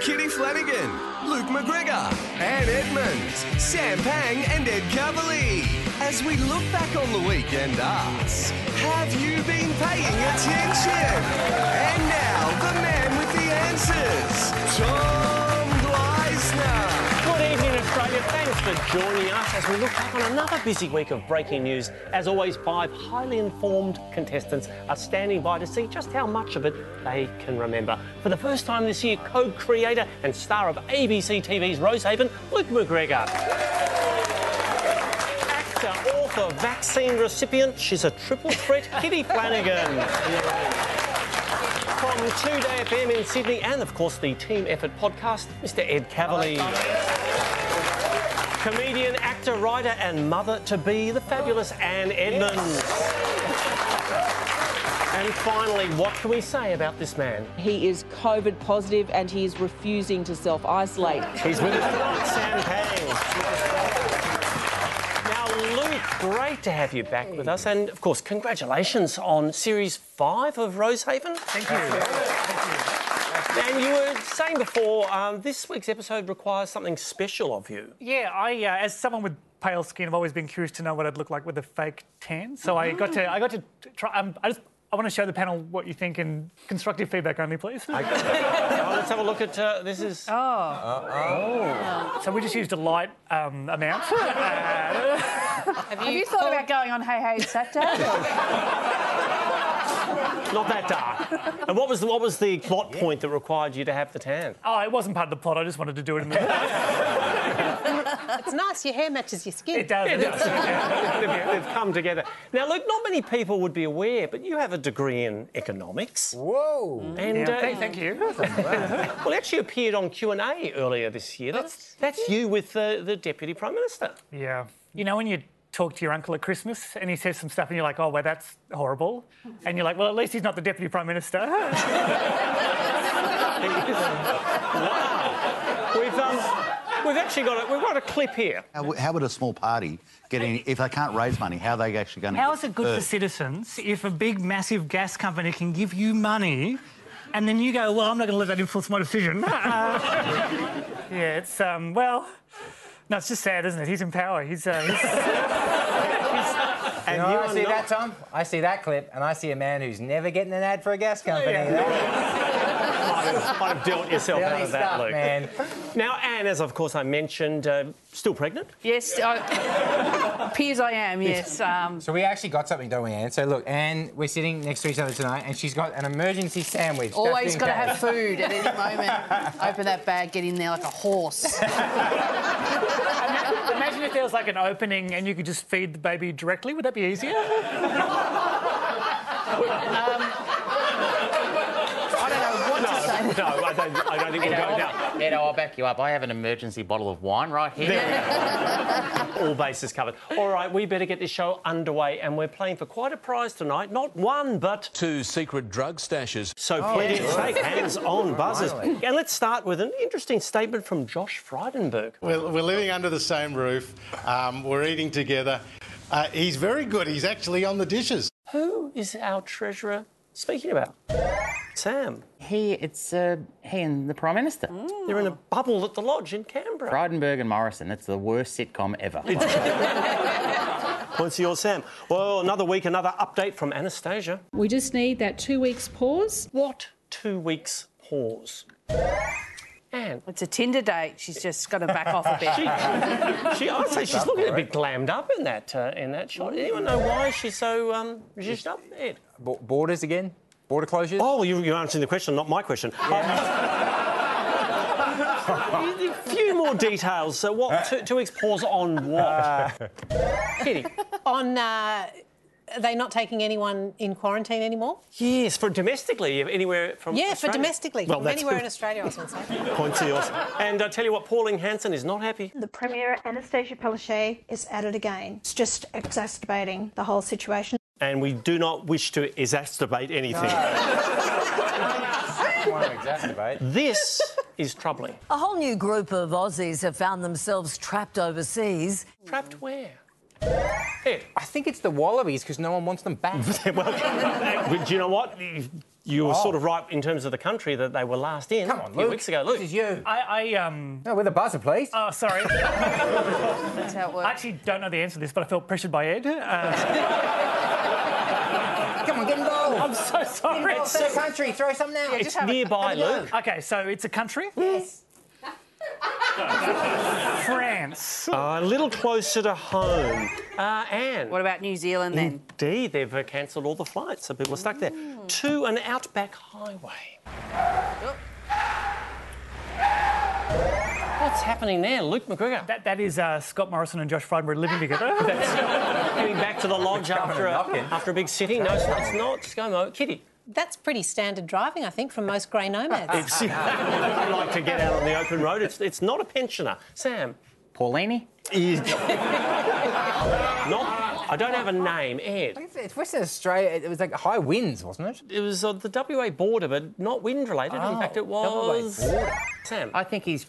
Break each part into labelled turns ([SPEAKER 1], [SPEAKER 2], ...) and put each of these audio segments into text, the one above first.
[SPEAKER 1] Kitty Flanagan, Luke McGregor, Anne Edmonds, Sam Pang, and Ed Cavalier. As we look back on the week and ask, have you been paying attention? And now, the man with the answers, Tom Gleisner.
[SPEAKER 2] Good evening, Australia. Thanks for joining us as we look back on another busy week of breaking news. As always, five highly informed contestants are standing by to see just how much of it they can remember. For the first time this year, co creator and star of ABC TV's Rosehaven, Luke McGregor. Actor, author, vaccine recipient, she's a triple threat, Kitty Flanagan from 2Day FM in Sydney and, of course, the Team Effort podcast, Mr. Ed Cavalier. Comedian, actor, writer, and mother to be, the fabulous Anne Edmonds. And finally, what can we say about this man?
[SPEAKER 3] He is COVID positive and he is refusing to self isolate.
[SPEAKER 2] He's with us tonight, Sam Pang. Now, Luke, great to have you back with us, and of course, congratulations on series five of Rosehaven. Thank you. And you were saying before, um, this week's episode requires something special of you.
[SPEAKER 4] Yeah, I uh, as someone with pale skin, I've always been curious to know what I'd look like with a fake tan. So I got to I got to try. Um, I just I want to show the panel what you think and constructive feedback only, please.
[SPEAKER 2] Now, let's have a look at uh, this. Is
[SPEAKER 4] So we just used a light um, amount. Uh,
[SPEAKER 5] Have you thought about going on Hey Hey Saturday?
[SPEAKER 2] not that dark. and what was the, what was the plot point that required you to have the tan?
[SPEAKER 4] oh, it wasn't part of the plot. I just wanted to do it in the.
[SPEAKER 6] It's nice. Your hair matches your skin.
[SPEAKER 4] It does. It
[SPEAKER 2] they've, they've come together. Now, Luke, not many people would be aware, but you have a degree in economics. Whoa! And uh,
[SPEAKER 4] Thank, thank you.
[SPEAKER 2] well, it actually appeared on Q and A earlier this year. That's that's Oh, you with the, the deputy prime minister.
[SPEAKER 4] Yeah. You know when you talk to your uncle at Christmas and he says some stuff and you're like, oh, well, that's horrible. And you're like, well, at least he's not the deputy prime minister.
[SPEAKER 2] wow. We've um, we've actually got a, we've got a clip here.
[SPEAKER 7] How, w- how would a small party get any? If they can't raise money, how are they actually going to?
[SPEAKER 8] How is it
[SPEAKER 9] Uh.
[SPEAKER 8] good for citizens if a big, massive gas company can give you money and then you go, well, I'm not going to let that influence my decision?
[SPEAKER 4] Uh, Yeah, it's um well, no, it's just sad, isn't it? He's in power. He's, uh, he's
[SPEAKER 10] And you I see that, Tom. I see that clip, and I see a man who's never getting an ad for a gas company.
[SPEAKER 2] I've, I've dealt yourself out
[SPEAKER 10] That's
[SPEAKER 2] of that,
[SPEAKER 10] stuff,
[SPEAKER 2] Luke.
[SPEAKER 10] man.
[SPEAKER 2] Now, Anne, as of course I mentioned, uh, still pregnant.
[SPEAKER 5] yes, I, appears I am. Yes. Um,
[SPEAKER 10] So we actually got something, don't we, Anne? So look, Anne, we're sitting next to each other tonight, and she's got an emergency sandwich. just
[SPEAKER 5] always
[SPEAKER 10] in
[SPEAKER 5] got to
[SPEAKER 10] case.
[SPEAKER 5] have food at any moment. Open that bag, get in there like a horse.
[SPEAKER 4] imagine if there was like an opening and you could just feed the baby directly. Would that be easier?
[SPEAKER 5] I don't know what to say.
[SPEAKER 2] No, I don't, I don't think we'll go down.
[SPEAKER 11] Edo, I'll back you up. I have an emergency bottle of wine right here.
[SPEAKER 2] All bases covered. All right, we better get this show underway, and we're playing for quite a prize tonight. Not one, but
[SPEAKER 12] Two secret drug stashes.
[SPEAKER 2] So plenty at stake. Hands on buzzers. And let's start with an interesting statement from Josh Frydenberg.
[SPEAKER 9] We're, we're living under the same roof. Um, we're eating together. Uh, he's very good. He's actually on the dishes.
[SPEAKER 2] Who is our treasurer speaking about? Sam.
[SPEAKER 11] He, it's uh, he and the Prime Minister.
[SPEAKER 2] They're in a bubble at the lodge in Canberra.
[SPEAKER 11] Frydenberg and Morrison. That's the worst sitcom ever.
[SPEAKER 2] Points to yours, Sam. Well, another week, another update from Anastasia.
[SPEAKER 3] We just need that two weeks pause.
[SPEAKER 2] What two weeks pause? Anne.
[SPEAKER 5] It's a Tinder date. She's just got to back off a
[SPEAKER 2] She,
[SPEAKER 5] bit.
[SPEAKER 2] she, I'd say she's looking a bit glammed up in that uh, in that shot. Anyone know why she's so um, zhuzhed up? Ed.
[SPEAKER 10] Bo- borders again. Border closures.
[SPEAKER 2] Oh, you, you're answering the question, not my question. Um, a few more details. So, what? Two, two weeks pause on what? Kitty.
[SPEAKER 6] On, uh, are they not taking anyone in quarantine anymore?
[SPEAKER 2] Yes, for domestically, if anywhere from.
[SPEAKER 6] Yeah, for
[SPEAKER 2] Australia.
[SPEAKER 6] domestically.
[SPEAKER 2] Well,
[SPEAKER 6] from
[SPEAKER 2] that's
[SPEAKER 6] anywhere in Australia, I was going to say.
[SPEAKER 2] Point to yours. And I tell you what, Pauline Hanson is not happy.
[SPEAKER 9] The Premier, Anastasia Palaszczuk, is at it again. It's just exacerbating the whole situation.
[SPEAKER 2] And we do not wish to exacerbate anything.
[SPEAKER 10] I want to exacerbate.
[SPEAKER 2] This is troubling.
[SPEAKER 6] A whole new group of Aussies have found themselves trapped overseas.
[SPEAKER 2] Trapped where?
[SPEAKER 10] I think it's the Wallabies because no one wants them back.
[SPEAKER 2] Well, do you know what? You were
[SPEAKER 4] Oh.
[SPEAKER 2] sort of right in terms of the country that they were last in. Come on, a few
[SPEAKER 4] Luke.
[SPEAKER 2] weeks ago, Luke. This is
[SPEAKER 10] you.
[SPEAKER 4] I, I um.
[SPEAKER 10] No, with a buzzer, please.
[SPEAKER 4] Oh, sorry.
[SPEAKER 5] That's how it works.
[SPEAKER 4] I actually don't know the answer to this, but I felt pressured by Ed. Uh,
[SPEAKER 10] Come on, get involved.
[SPEAKER 4] I'm so sorry.
[SPEAKER 10] Get involved in the country. Throw something out.
[SPEAKER 4] it's nearby, Luke. Okay, so it's a country.
[SPEAKER 10] Yes.
[SPEAKER 4] France.
[SPEAKER 2] a little closer to home. Uh, Anne. What
[SPEAKER 5] about New Zealand
[SPEAKER 6] Mm.
[SPEAKER 5] then?
[SPEAKER 2] Indeed, they've uh, cancelled all the flights, so people are stuck there. To an outback highway. Oh. What's happening there, Luke McGregor?
[SPEAKER 4] That, that is uh, Scott Morrison and Josh Frydenberg living together.
[SPEAKER 2] Heading back to the lodge after a, after a big city. No, it's not. It's not. ScoMo. Kitty.
[SPEAKER 6] That's pretty standard driving, I think, from most grey nomads.
[SPEAKER 2] It's, I like to get out on the open road. It's, it's not a pensioner. Sam.
[SPEAKER 11] Paulini?
[SPEAKER 2] Not. I don't have a name. Ed.
[SPEAKER 10] It's Western Australia. It was like high winds, wasn't it?
[SPEAKER 2] It was on the WA border, but not wind related. In
[SPEAKER 10] Oh,
[SPEAKER 2] fact, it
[SPEAKER 10] WA
[SPEAKER 2] was.
[SPEAKER 10] border.
[SPEAKER 2] Sam.
[SPEAKER 11] I think he's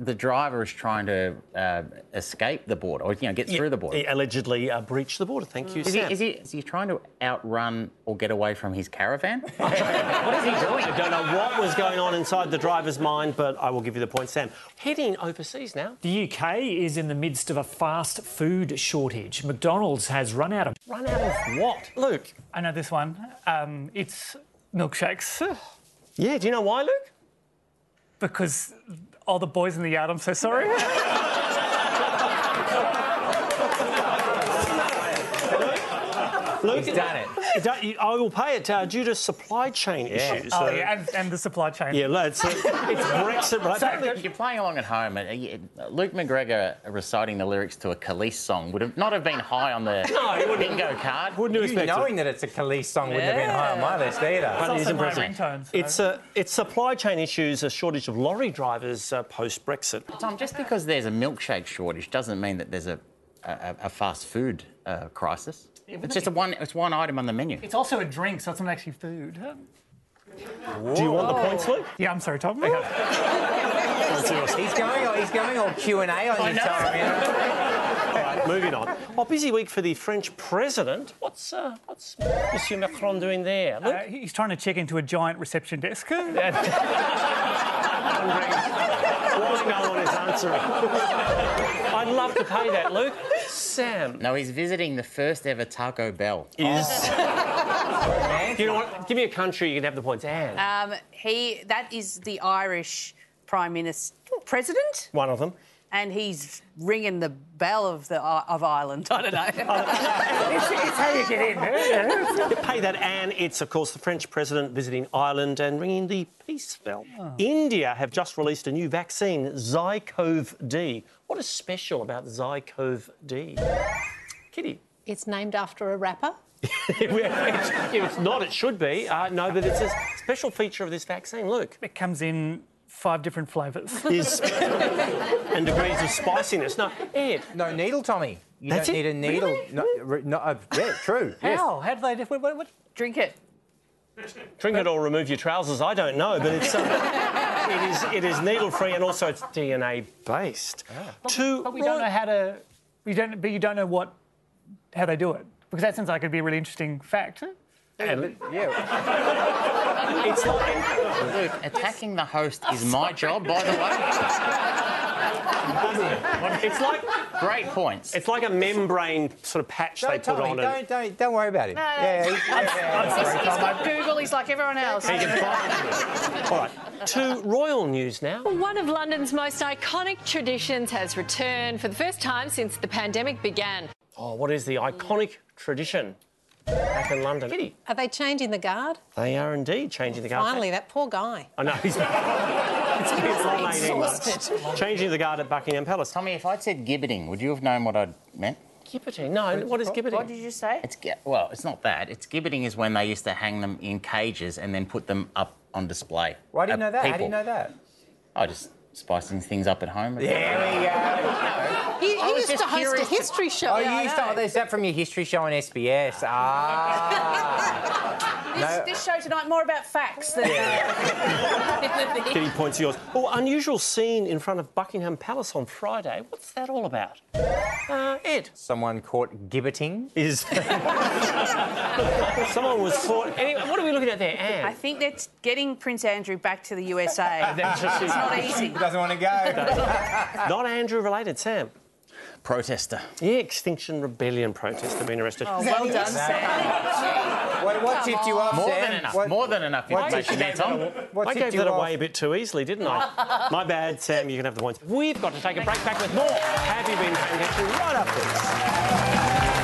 [SPEAKER 11] the driver is trying to uh, escape the border, or you know, get through the border.
[SPEAKER 2] He allegedly uh, breached the border. Thank you,
[SPEAKER 11] Is he,
[SPEAKER 2] Sam.
[SPEAKER 11] is, he, is he trying to outrun or get away from his caravan?
[SPEAKER 2] I don't know what was going on inside the driver's mind, but I will give you the point, Sam. Heading overseas now.
[SPEAKER 13] The UK is in the midst of a fast food shortage. McDonald's has run out of.
[SPEAKER 2] Run out of what? Luke.
[SPEAKER 4] I know this one. Um, it's milkshakes.
[SPEAKER 2] Yeah, do you know why, Luke?
[SPEAKER 4] Because all the boys in the yard, I'm so sorry.
[SPEAKER 2] Luke,
[SPEAKER 10] He's done it.
[SPEAKER 2] it. I will pay it uh, due to supply chain issues.
[SPEAKER 4] Oh,
[SPEAKER 2] so-
[SPEAKER 4] yeah, and, and the supply chain.
[SPEAKER 2] Yeah, no, it's, it's Brexit, right?
[SPEAKER 11] Look, you're playing along at home, and uh, you- Luke McGregor reciting the lyrics to a Khalees song would have not have been high on the
[SPEAKER 2] No, he wouldn't.
[SPEAKER 11] bingo card.
[SPEAKER 2] Wouldn't
[SPEAKER 10] You knowing that it's a Khalees song wouldn't have been high on my list either.
[SPEAKER 2] But it is
[SPEAKER 4] also my
[SPEAKER 2] impressive.
[SPEAKER 4] ringtone, so-
[SPEAKER 2] It's a it's supply chain issues, a shortage of lorry drivers uh, post Brexit.
[SPEAKER 11] Tom, just because there's a milkshake shortage doesn't mean that there's a a, a fast food uh, crisis. it's just a one. It's one item on the menu.
[SPEAKER 4] It's also a drink, so it's not actually food.
[SPEAKER 2] Do you want the points, Luke?
[SPEAKER 4] Yeah, I'm sorry, Tom.
[SPEAKER 10] He's going. He's going all Q and A on his time. You know?
[SPEAKER 2] All right, moving on. Well, busy week for the French president. What's uh, what's Monsieur Macron doing there? Luke?
[SPEAKER 4] Uh, he's trying to check into a giant reception desk.
[SPEAKER 2] Why no one is answering? I'd love to pay that, Luke. Sam
[SPEAKER 11] No, he's visiting the first ever Taco Bell.
[SPEAKER 2] is. you know what? Give me a country, you can have the points. Anne,
[SPEAKER 4] Uh,
[SPEAKER 5] Um, he that is the Irish Prime Minister President,
[SPEAKER 2] one of them.
[SPEAKER 5] and he's ringing the bell of the uh, of Ireland. I don't know.
[SPEAKER 4] it's, it's how you get in.
[SPEAKER 2] You pay that, Anne. It's, of course, the French president visiting Ireland and ringing the peace bell. India have just released a new vaccine, Zycov D. What is special about Zycov D? Kitty.
[SPEAKER 6] It's named after a rapper.
[SPEAKER 2] if it's not, it should be. Uh, no, but it's a special feature of this vaccine. Luke.
[SPEAKER 4] It comes in five different flavours.
[SPEAKER 2] Is and degrees of spiciness. No, Ed.
[SPEAKER 10] No needle, Tommy. You
[SPEAKER 2] That's
[SPEAKER 10] don't
[SPEAKER 2] it?
[SPEAKER 10] need a needle.
[SPEAKER 2] Really?
[SPEAKER 10] No, re- no, uh, yeah, true. yes.
[SPEAKER 4] How? How do they? What, what, what?
[SPEAKER 5] Drink it.
[SPEAKER 2] Drink it or remove your trousers. I don't know, but it's uh, it is it is needle free and also it's DNA based. Two.
[SPEAKER 4] But we don't know how to. We don't. But you don't know what. How they do it because that sounds like it'd be a really interesting fact.
[SPEAKER 2] And
[SPEAKER 10] Yeah.
[SPEAKER 2] it's like
[SPEAKER 11] Luke, attacking the host is my job, by the way.
[SPEAKER 2] it's like
[SPEAKER 11] Great points.
[SPEAKER 2] it's like a membrane sort of patch they
[SPEAKER 10] Don't,
[SPEAKER 2] put
[SPEAKER 10] Tommy,
[SPEAKER 2] on.
[SPEAKER 10] don't,
[SPEAKER 2] it.
[SPEAKER 10] don't, don't worry about him.
[SPEAKER 5] no,
[SPEAKER 10] Yeah, he's- yeah, yeah,
[SPEAKER 5] He's,
[SPEAKER 10] sorry,
[SPEAKER 5] he's
[SPEAKER 10] Tom.
[SPEAKER 5] got Google. He's like everyone else.
[SPEAKER 2] He can find it. All right. To royal news now.
[SPEAKER 14] One of London's most iconic traditions has returned for the first time since the pandemic began.
[SPEAKER 2] Oh, what is the iconic tradition back in London? Kitty.
[SPEAKER 6] Are they changing the guard?
[SPEAKER 2] They are indeed changing the guard.
[SPEAKER 6] Finally, that poor guy.
[SPEAKER 2] I know. He's, it's been long 18 months. Changing the guard at Buckingham Palace.
[SPEAKER 11] Tommy, if I'd said gibbeting, would you have known what I meant?
[SPEAKER 2] Gibbeting? No, what is
[SPEAKER 5] What
[SPEAKER 2] gibbeting?
[SPEAKER 5] did you say?
[SPEAKER 11] It's gi- well, it's not that. It's gibbeting is when they used to hang them in cages and then put them up on display.
[SPEAKER 10] Why do you
[SPEAKER 11] Uh,
[SPEAKER 10] know that? How do you
[SPEAKER 11] people.
[SPEAKER 10] know that?
[SPEAKER 11] I just spicing things up at home.
[SPEAKER 10] There we go.
[SPEAKER 6] He, he
[SPEAKER 11] was
[SPEAKER 6] used
[SPEAKER 11] just
[SPEAKER 6] to host
[SPEAKER 11] curious.
[SPEAKER 6] a history show.
[SPEAKER 10] Oh,
[SPEAKER 6] Yeah, I
[SPEAKER 10] you used
[SPEAKER 6] know.
[SPEAKER 10] to. Is that from your history show on SBS? Ah.
[SPEAKER 5] this, this show tonight more about facts than.
[SPEAKER 2] Getting points to yours. Oh, unusual scene in front of Buckingham Palace on Friday. What's that all about? Uh, Ed.
[SPEAKER 15] Someone caught gibbeting
[SPEAKER 2] is. Someone was caught. Anyway, what are we looking at there, Anne?
[SPEAKER 5] I think that's getting Prince Andrew back to the USA.
[SPEAKER 2] That's
[SPEAKER 5] it's
[SPEAKER 2] just-
[SPEAKER 5] not easy.
[SPEAKER 15] doesn't want to go.
[SPEAKER 2] Not Andrew related, Sam.
[SPEAKER 11] Protester.
[SPEAKER 2] Yeah, Extinction Rebellion protester being arrested.
[SPEAKER 5] Oh, well done, Sam.
[SPEAKER 15] What, what tipped you off,
[SPEAKER 2] More
[SPEAKER 15] Sam?
[SPEAKER 2] than enough.
[SPEAKER 15] What-
[SPEAKER 2] More than enough
[SPEAKER 15] what
[SPEAKER 2] information
[SPEAKER 15] tipped
[SPEAKER 2] there,
[SPEAKER 15] you
[SPEAKER 2] Tom.
[SPEAKER 15] off? What
[SPEAKER 2] I
[SPEAKER 15] tipped
[SPEAKER 2] gave
[SPEAKER 15] you
[SPEAKER 2] that
[SPEAKER 15] off?
[SPEAKER 2] away a bit too easily, didn't I? My bad, Sam. You can have the points. We've got to take a break. Back with more. Have you been paying attention? Right up this.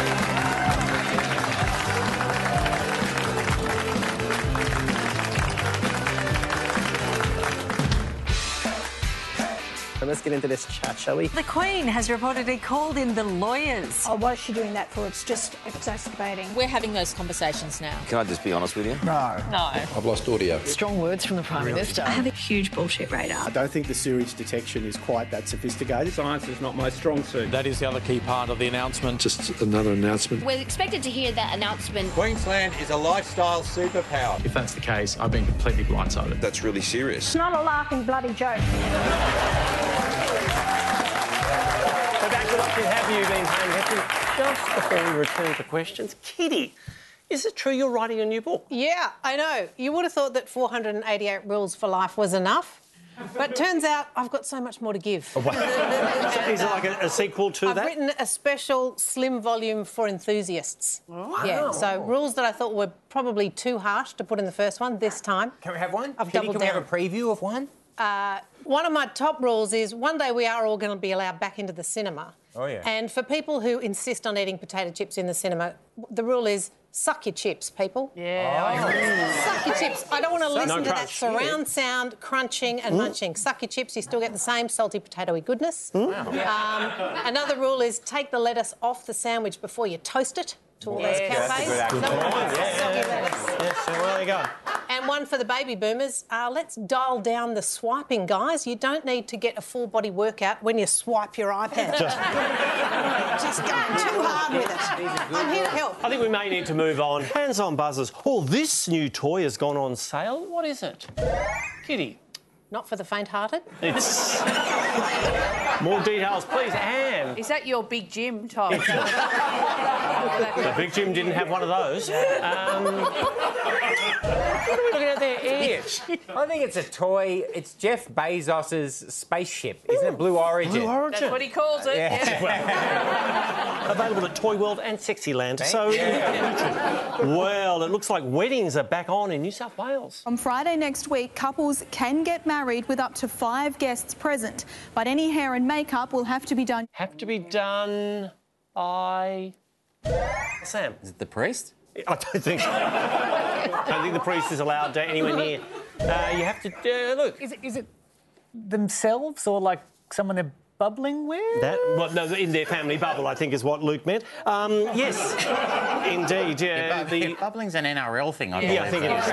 [SPEAKER 16] So let's get into this chat, shall we?
[SPEAKER 6] The Queen has reportedly called in the lawyers. Oh, why is she doing that for? It's just exacerbating. We're having those conversations now.
[SPEAKER 17] Can I just be honest with you?
[SPEAKER 6] No. No.
[SPEAKER 17] I've lost audio.
[SPEAKER 6] Strong words from the Prime Minister. I have a huge bullshit radar.
[SPEAKER 18] I don't think the sewage detection is quite that sophisticated.
[SPEAKER 9] Science is not my strong suit. That is the other key part of the announcement. Just another announcement.
[SPEAKER 19] We're expected to hear that announcement.
[SPEAKER 9] Queensland is a lifestyle superpower.
[SPEAKER 17] If that's the case, I've been completely blindsided. That's really serious.
[SPEAKER 6] not a laughing bloody joke.
[SPEAKER 2] So back with option. Have you been paying attention? Just before we return to questions, Kitty, is it true you're writing a new book?
[SPEAKER 10] Yeah, I know. You would have thought that 488 rules for life was enough, but turns out I've got so much more to give.
[SPEAKER 2] is it like a, a sequel to
[SPEAKER 10] I've
[SPEAKER 2] that?
[SPEAKER 10] written a special slim volume for enthusiasts. Yeah, so rules that I thought were probably too harsh to put in the first one this time.
[SPEAKER 15] Can we have one?
[SPEAKER 10] I've
[SPEAKER 15] Kitty,
[SPEAKER 10] doubled
[SPEAKER 15] can we have
[SPEAKER 10] down.
[SPEAKER 15] a preview of one?
[SPEAKER 10] Uh, one of my top rules is one day we are all going to be allowed back into the cinema.
[SPEAKER 15] Oh, yeah.
[SPEAKER 10] And for people who insist on eating potato chips in the cinema, the rule is suck your chips, people.
[SPEAKER 5] Yeah.
[SPEAKER 15] Oh.
[SPEAKER 10] Suck your chips. I don't want to
[SPEAKER 5] Suck
[SPEAKER 10] listen
[SPEAKER 5] no
[SPEAKER 10] to that
[SPEAKER 5] crunch.
[SPEAKER 10] surround
[SPEAKER 5] Yeah.
[SPEAKER 10] sound crunching and
[SPEAKER 5] Mm.
[SPEAKER 10] munching. Suck your chips, you still get the same salty potatoy goodness.
[SPEAKER 5] Wow.
[SPEAKER 10] Um, another rule is take the lettuce off the sandwich before you toast it to all those
[SPEAKER 15] Yeah, that's a
[SPEAKER 10] cafes.
[SPEAKER 15] good act.
[SPEAKER 10] No one wants
[SPEAKER 15] Yeah.
[SPEAKER 10] soggy lettuce.
[SPEAKER 15] Yes, so where they go?
[SPEAKER 10] And one for the baby boomers. Uh, let's dial down the swiping, guys. You don't need to get a full body workout when you swipe your iPad.
[SPEAKER 2] Just-
[SPEAKER 10] Just go too hard with it. I'm here to help.
[SPEAKER 2] I think we may need to move on. Hands on buzzers. Oh, this new toy has gone on sale. What is it? Kitty.
[SPEAKER 10] Not for the faint hearted.
[SPEAKER 2] It's. More details, please, Anne.
[SPEAKER 5] Is that your big gym, Tom?
[SPEAKER 2] The big Jim didn't have one of those. Um, What are we looking at there?
[SPEAKER 15] I think it's a toy. It's Jeff Bezos's spaceship, isn't it? Blue Origin.
[SPEAKER 2] Blue Origin.
[SPEAKER 5] That's what he calls it.
[SPEAKER 15] Yeah.
[SPEAKER 5] yeah.
[SPEAKER 2] available at Toy World and Sexyland. So,
[SPEAKER 15] Yeah.
[SPEAKER 2] well, it looks like weddings are back on in New South Wales.
[SPEAKER 10] Um,
[SPEAKER 20] On Friday next week, couples can get married with up to five guests present, but any hair and makeup will have to be done.
[SPEAKER 2] Have to be done by Sam. Is it the priest? I don't think. so. I don't think the priest is allowed uh, anywhere near. Uh, you have to uh, look.
[SPEAKER 4] Is it, is it themselves or like someone they're bubbling with?
[SPEAKER 2] That well, no, in their family bubble, I think is what Luke meant. Um, yes, indeed. Yeah,
[SPEAKER 11] Yeah, bu- yeah, bubbling's an NRL thing, I
[SPEAKER 2] Yeah, I
[SPEAKER 11] believe.
[SPEAKER 2] think it is.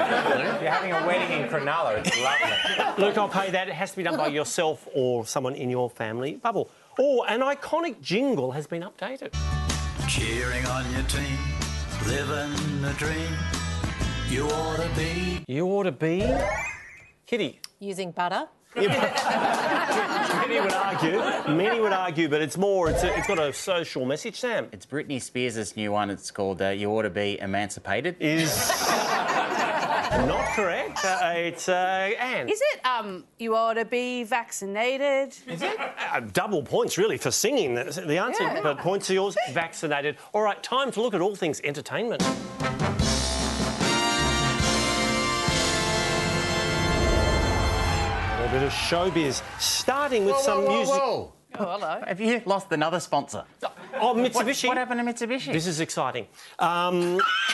[SPEAKER 15] You're having a wedding in Cronulla. It's lovely.
[SPEAKER 2] Luke, I'll pay that. It has to be done by yourself or someone in your family bubble. Or an iconic jingle has been updated.
[SPEAKER 1] Cheering on your team, living the dream. You ought to be.
[SPEAKER 2] You ought to be Kitty.
[SPEAKER 10] Using butter.
[SPEAKER 2] Many would argue. Many would argue, but it's more. It's, a, it's got a social message, Sam.
[SPEAKER 11] It's Britney Spears' new one. It's called uh, You Ought to Be Emancipated.
[SPEAKER 2] Is. Not correct. Uh, it's uh, Anne.
[SPEAKER 5] Is it? Um, you ought to be vaccinated. Is it?
[SPEAKER 2] Uh, double points, really, for singing. That's The answer,
[SPEAKER 5] Yeah.
[SPEAKER 2] but points are yours. Vaccinated. All right, time to look at all things entertainment. A bit of showbiz, starting with
[SPEAKER 11] Whoa, whoa,
[SPEAKER 2] some
[SPEAKER 11] whoa,
[SPEAKER 2] music.
[SPEAKER 11] whoa. Have you lost another sponsor?
[SPEAKER 2] Oh, Mitsubishi.
[SPEAKER 11] What, what happened to Mitsubishi?
[SPEAKER 2] This is exciting. Um,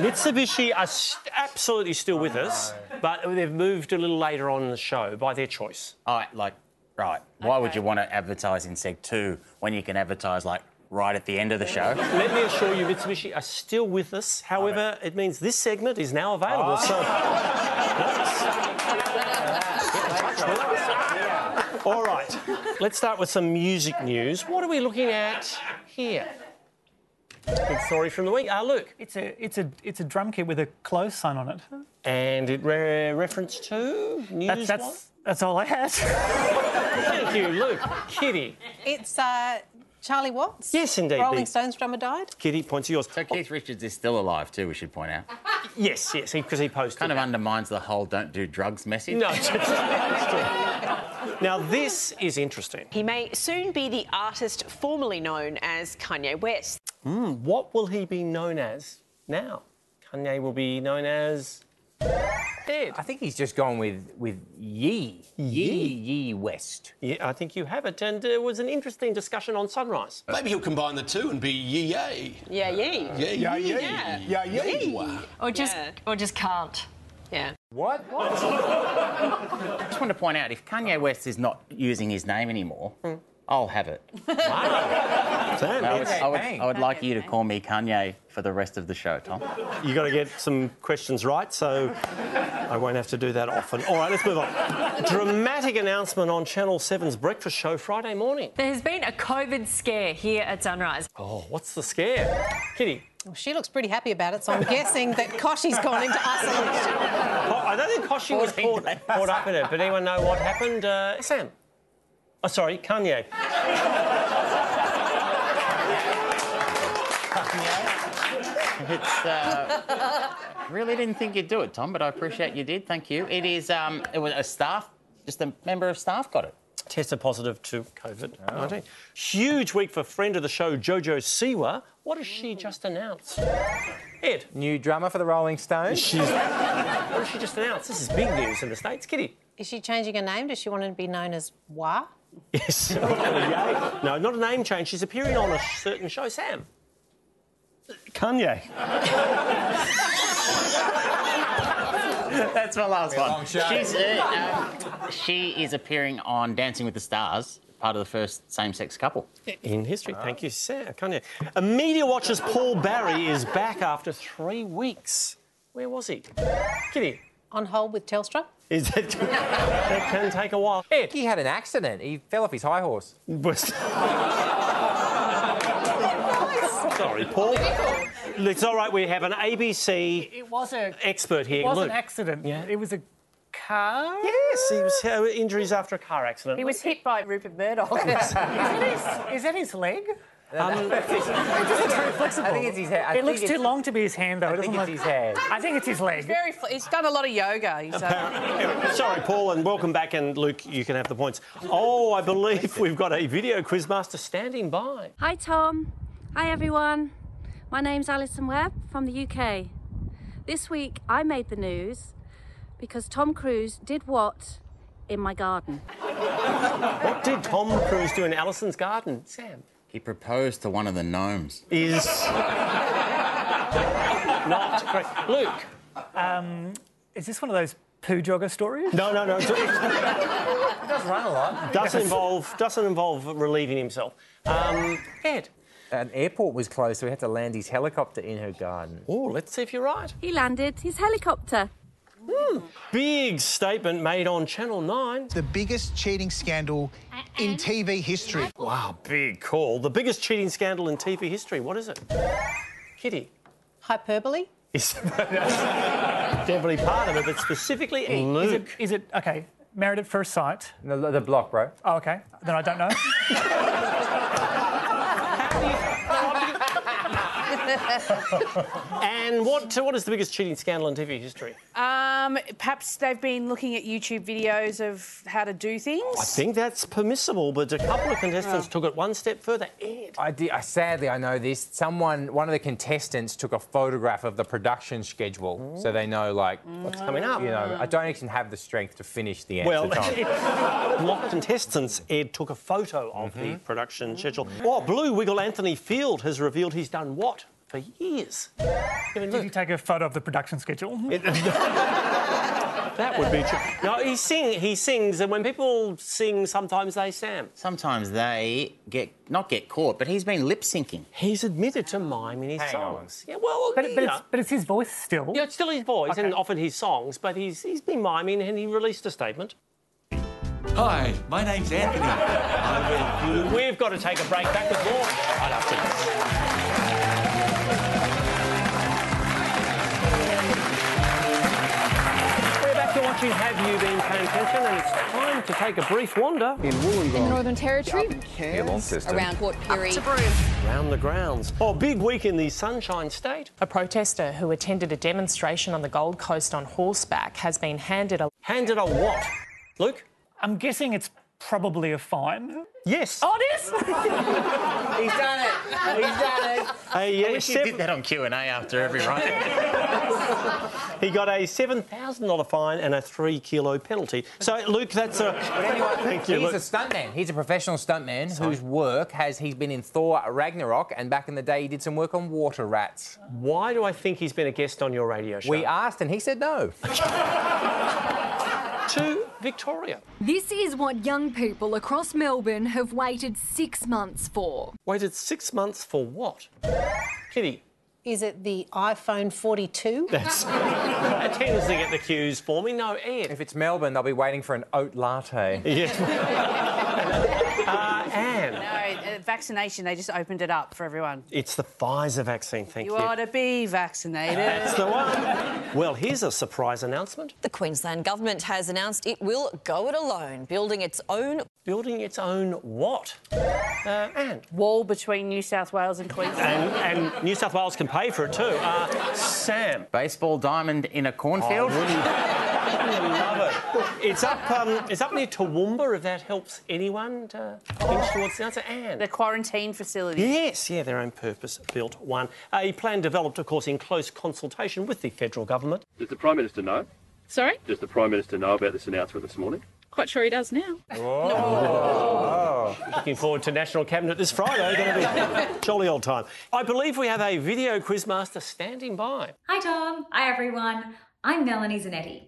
[SPEAKER 2] Mitsubishi are st- absolutely still with us, but they've moved a little later on in the show by their choice.
[SPEAKER 11] All right, like, right. Why would you want to advertise in Seg 2 when you can advertise, like, right at the end of the show?
[SPEAKER 2] Let me assure you, Mitsubishi are still with us. However, it means this segment is now available. So, all right, let's start with some music news. What are we looking at here? Big story from the week. Ah, Luke.
[SPEAKER 4] It's a it's a it's a drum kit with a close sign on it.
[SPEAKER 2] And it re- reference to news.
[SPEAKER 4] That's that's, that's all I had.
[SPEAKER 2] Thank you, Luke. Kitty.
[SPEAKER 6] It's uh, Charlie Watts.
[SPEAKER 2] Yes, indeed,
[SPEAKER 6] Rolling
[SPEAKER 2] Bea.
[SPEAKER 6] Stones drummer died.
[SPEAKER 2] Kitty, points are yours.
[SPEAKER 11] So Keith Richards is still alive too. We should point out.
[SPEAKER 2] Yes, yes, because he, posted.
[SPEAKER 11] Kind of undermines the whole "don't do drugs" message.
[SPEAKER 2] No, it's- Now, this is interesting.
[SPEAKER 1] He may soon be the artist formerly known as Kanye West.
[SPEAKER 2] Mm, what will he be known as now? Kanye will be known as.
[SPEAKER 10] I think he's just gone with with Yee.
[SPEAKER 2] Yee.
[SPEAKER 10] Yee West.
[SPEAKER 2] Yeah, I think you have it. And uh, it was an interesting discussion on Sunrise.
[SPEAKER 1] Uh,
[SPEAKER 12] Maybe he'll combine the two and be yay.
[SPEAKER 1] Yeah, yay.
[SPEAKER 12] Yeah, yeah, yeah. Yeah, yeah.
[SPEAKER 14] Or just, or just can't.
[SPEAKER 1] Yeah.
[SPEAKER 11] What? I just want to point out if Kanye West is not using his name anymore, I'll have it. And I would, I would, I would like you to call me Kanye for the rest of the show, Tom.
[SPEAKER 2] you got to get some questions right, so I won't have to do that often. All right, let's move on. Dramatic announcement on Channel 7's breakfast show Friday morning.
[SPEAKER 14] There has been a COVID scare here at Sunrise.
[SPEAKER 2] Oh, what's the scare? Kitty.
[SPEAKER 6] Well, she looks pretty happy about it, so I'm guessing that Koshi's gone into isolation.
[SPEAKER 2] Oh, I don't think Koshi was caught, caught up in it, but anyone know what happened? Uh, Sam. Oh, sorry, Kanye.
[SPEAKER 11] It's, uh, really didn't think you'd do it, Tom, but I appreciate you did. Thank you. It is. Um, it was a staff. Just a member of staff got it.
[SPEAKER 2] Tested positive to COVID 19. Huge week for friend of the show, JoJo Siwa. What has she just announced? Ed.
[SPEAKER 10] New drummer for the Rolling Stones.
[SPEAKER 2] She's. What has she just announced? This is big news in the States, Kitty.
[SPEAKER 6] Is she changing her name? Does she want to be known as Wah?
[SPEAKER 2] Yes. no, not a name change. She's appearing on a certain show, Sam. Kanye.
[SPEAKER 11] That's my last
[SPEAKER 2] Long
[SPEAKER 11] one.
[SPEAKER 2] show.
[SPEAKER 11] She's, uh, um, she is appearing on Dancing with the Stars, part of the first same-sex couple.
[SPEAKER 2] In history. Thank you, Sam. Kanye. A media watcher's Paul Barry is back after three weeks. Where was he? Kitty.
[SPEAKER 6] On hold with Telstra?
[SPEAKER 2] Is that, that can take a while. Ed.
[SPEAKER 10] He had an accident. He fell off his high horse.
[SPEAKER 2] Sorry, Paul. It's all right. We have an ABC
[SPEAKER 4] It was a
[SPEAKER 2] expert here.
[SPEAKER 4] it was an
[SPEAKER 2] Luke.
[SPEAKER 4] accident. It was a car.
[SPEAKER 2] Yes, he was uh, injuries after a car accident.
[SPEAKER 5] He was hit by Rupert Murdoch.
[SPEAKER 4] is, that his, is that his leg?
[SPEAKER 2] Um,
[SPEAKER 4] It doesn't look very flexible.
[SPEAKER 10] I think it's his head. I
[SPEAKER 4] it looks
[SPEAKER 10] think
[SPEAKER 4] too
[SPEAKER 10] it's-
[SPEAKER 4] long to be his hand, though. I
[SPEAKER 10] think it's his hand.
[SPEAKER 4] I think it's his leg.
[SPEAKER 5] Very. Fl- he's done a lot of yoga. He's uh,
[SPEAKER 2] Sorry, Paul, and welcome back. And Luke, you can have the points. Oh, I believe we've got a video quizmaster standing by.
[SPEAKER 21] Hi, Tom. Hi, everyone. My name's Alison Webb from the UK. This week I made the news because Tom Cruise did what in my garden?
[SPEAKER 2] What did Tom Cruise do in Alison's garden? Sam
[SPEAKER 11] He proposed to one of the gnomes.
[SPEAKER 2] is not correct. Luke.
[SPEAKER 4] Um, is this one of those poo jogger stories?
[SPEAKER 2] No, no, no.
[SPEAKER 10] He does run a lot.
[SPEAKER 2] Doesn't involve doesn't involve relieving himself. Um, Ed.
[SPEAKER 10] An airport was closed, so he had to land his helicopter in her garden.
[SPEAKER 2] Oh, let's see if you're right.
[SPEAKER 21] He landed his helicopter.
[SPEAKER 2] Big statement made on Channel 9.
[SPEAKER 22] The biggest cheating scandal in TV history.
[SPEAKER 2] Wow, big call. The biggest cheating scandal in TV history. What is it? Kitty.
[SPEAKER 6] Hyperbole?
[SPEAKER 2] It's definitely part of it, but specifically
[SPEAKER 4] Is it,
[SPEAKER 2] Luke.
[SPEAKER 4] is it okay? Married at first sight.
[SPEAKER 10] The, the block, bro.
[SPEAKER 4] Oh, okay. Then I don't know.
[SPEAKER 2] And what so what is the biggest cheating scandal in TV history?
[SPEAKER 5] um, perhaps they've been looking at YouTube videos of how to do things.
[SPEAKER 2] I think that's permissible, but a couple of contestants took it one step further. Ed.
[SPEAKER 10] I did. I, sadly, I know this. Someone, one of the contestants, took a photograph of the production schedule, so they know like what's
[SPEAKER 4] Mm.
[SPEAKER 2] coming up.
[SPEAKER 10] You know, I don't actually have the strength to finish the answer.
[SPEAKER 2] Well,
[SPEAKER 10] Tom.
[SPEAKER 2] not contestants. Ed took a photo of the
[SPEAKER 4] Mm-hmm.
[SPEAKER 2] production schedule. Oh, Blue Wiggle Anthony Field has revealed he's done what for years?
[SPEAKER 4] Did you take a photo of the production schedule?
[SPEAKER 2] That would be true. No, he sing he sings, and when people sing, sometimes they Sam.
[SPEAKER 11] Sometimes they get not get caught, but he's been lip syncing.
[SPEAKER 2] He's admitted to miming his
[SPEAKER 11] Hang
[SPEAKER 2] songs. Yeah, well,
[SPEAKER 4] But,
[SPEAKER 2] you
[SPEAKER 4] but, it's,
[SPEAKER 2] know.
[SPEAKER 4] but it's his voice still.
[SPEAKER 2] Yeah, it's still his voice and often his songs, but he's he's been miming and he released a statement.
[SPEAKER 23] Hi, my name's Anthony. I'm with Blue
[SPEAKER 2] We've got to take a break. Back with more right after this. you have you been paying attention? And it's time to take a brief wander in
[SPEAKER 3] The
[SPEAKER 2] Wollongong.
[SPEAKER 3] Northern Territory. Around Port Pirie.
[SPEAKER 2] Round the grounds. Oh, big week in the Sunshine State.
[SPEAKER 7] A protester who attended a demonstration on the Gold Coast on horseback has been handed a.
[SPEAKER 2] Handed a what? Luke?
[SPEAKER 4] I'm guessing it's probably a fine.
[SPEAKER 2] Yes.
[SPEAKER 4] Oh, it is?
[SPEAKER 10] He's done it. He's done
[SPEAKER 2] A,
[SPEAKER 10] it.
[SPEAKER 11] I
[SPEAKER 2] uh,
[SPEAKER 11] wish you
[SPEAKER 2] sev-
[SPEAKER 11] did that on Q and A after every run.
[SPEAKER 2] He got a seven thousand dollar fine and a three kilo penalty. So Luke, that's a thank you.
[SPEAKER 10] He's
[SPEAKER 2] Luke.
[SPEAKER 10] a stuntman. He's a professional stuntman whose work has he's been in Thor Ragnarok, and back in the day he did some work on water rats.
[SPEAKER 2] Why do I think he's been a guest on your radio show?
[SPEAKER 10] We asked, and he said no.
[SPEAKER 2] to Victoria.
[SPEAKER 3] This is what young people across Melbourne have waited six months for.
[SPEAKER 2] Waited six months for what? Kitty,
[SPEAKER 6] Is it the iPhone 42?
[SPEAKER 2] That's that tends to get the cues for me. No, Ian.
[SPEAKER 10] If it's Melbourne, they'll be waiting for an oat latte.
[SPEAKER 2] Yeah. uh, Anne.
[SPEAKER 5] No, uh, vaccination, they just opened it up for everyone.
[SPEAKER 2] It's the Pfizer vaccine. Thank you.
[SPEAKER 5] you ought to be vaccinated.
[SPEAKER 2] That's the one. Well, here's a surprise announcement.
[SPEAKER 8] The Queensland Government has announced it will go it alone, building its own.
[SPEAKER 2] Building its own what? Uh, Anne.
[SPEAKER 5] Wall between New South Wales and
[SPEAKER 2] And,
[SPEAKER 5] Queensland.
[SPEAKER 2] and New South Wales can pay for it too. Uh, Sam.
[SPEAKER 11] Baseball diamond in a cornfield.
[SPEAKER 2] Oh, wouldn't- Love it. It's up. Um, it's up near Toowoomba. If that helps anyone to inch towards the answer, Anne.
[SPEAKER 5] the quarantine facility.
[SPEAKER 2] Yes, yeah, their own purpose-built one. A plan developed, of course, in close consultation with the federal government.
[SPEAKER 24] Does the Prime Minister know?
[SPEAKER 25] Sorry?
[SPEAKER 24] Does the Prime Minister know about this announcement this morning?
[SPEAKER 25] Quite sure he does now.
[SPEAKER 2] Looking forward to National Cabinet this Friday. Going to be a jolly old time. I believe we have a video quizmaster standing by.
[SPEAKER 26] Hi, Tom. Hi, everyone. I'm Melanie Zanetti,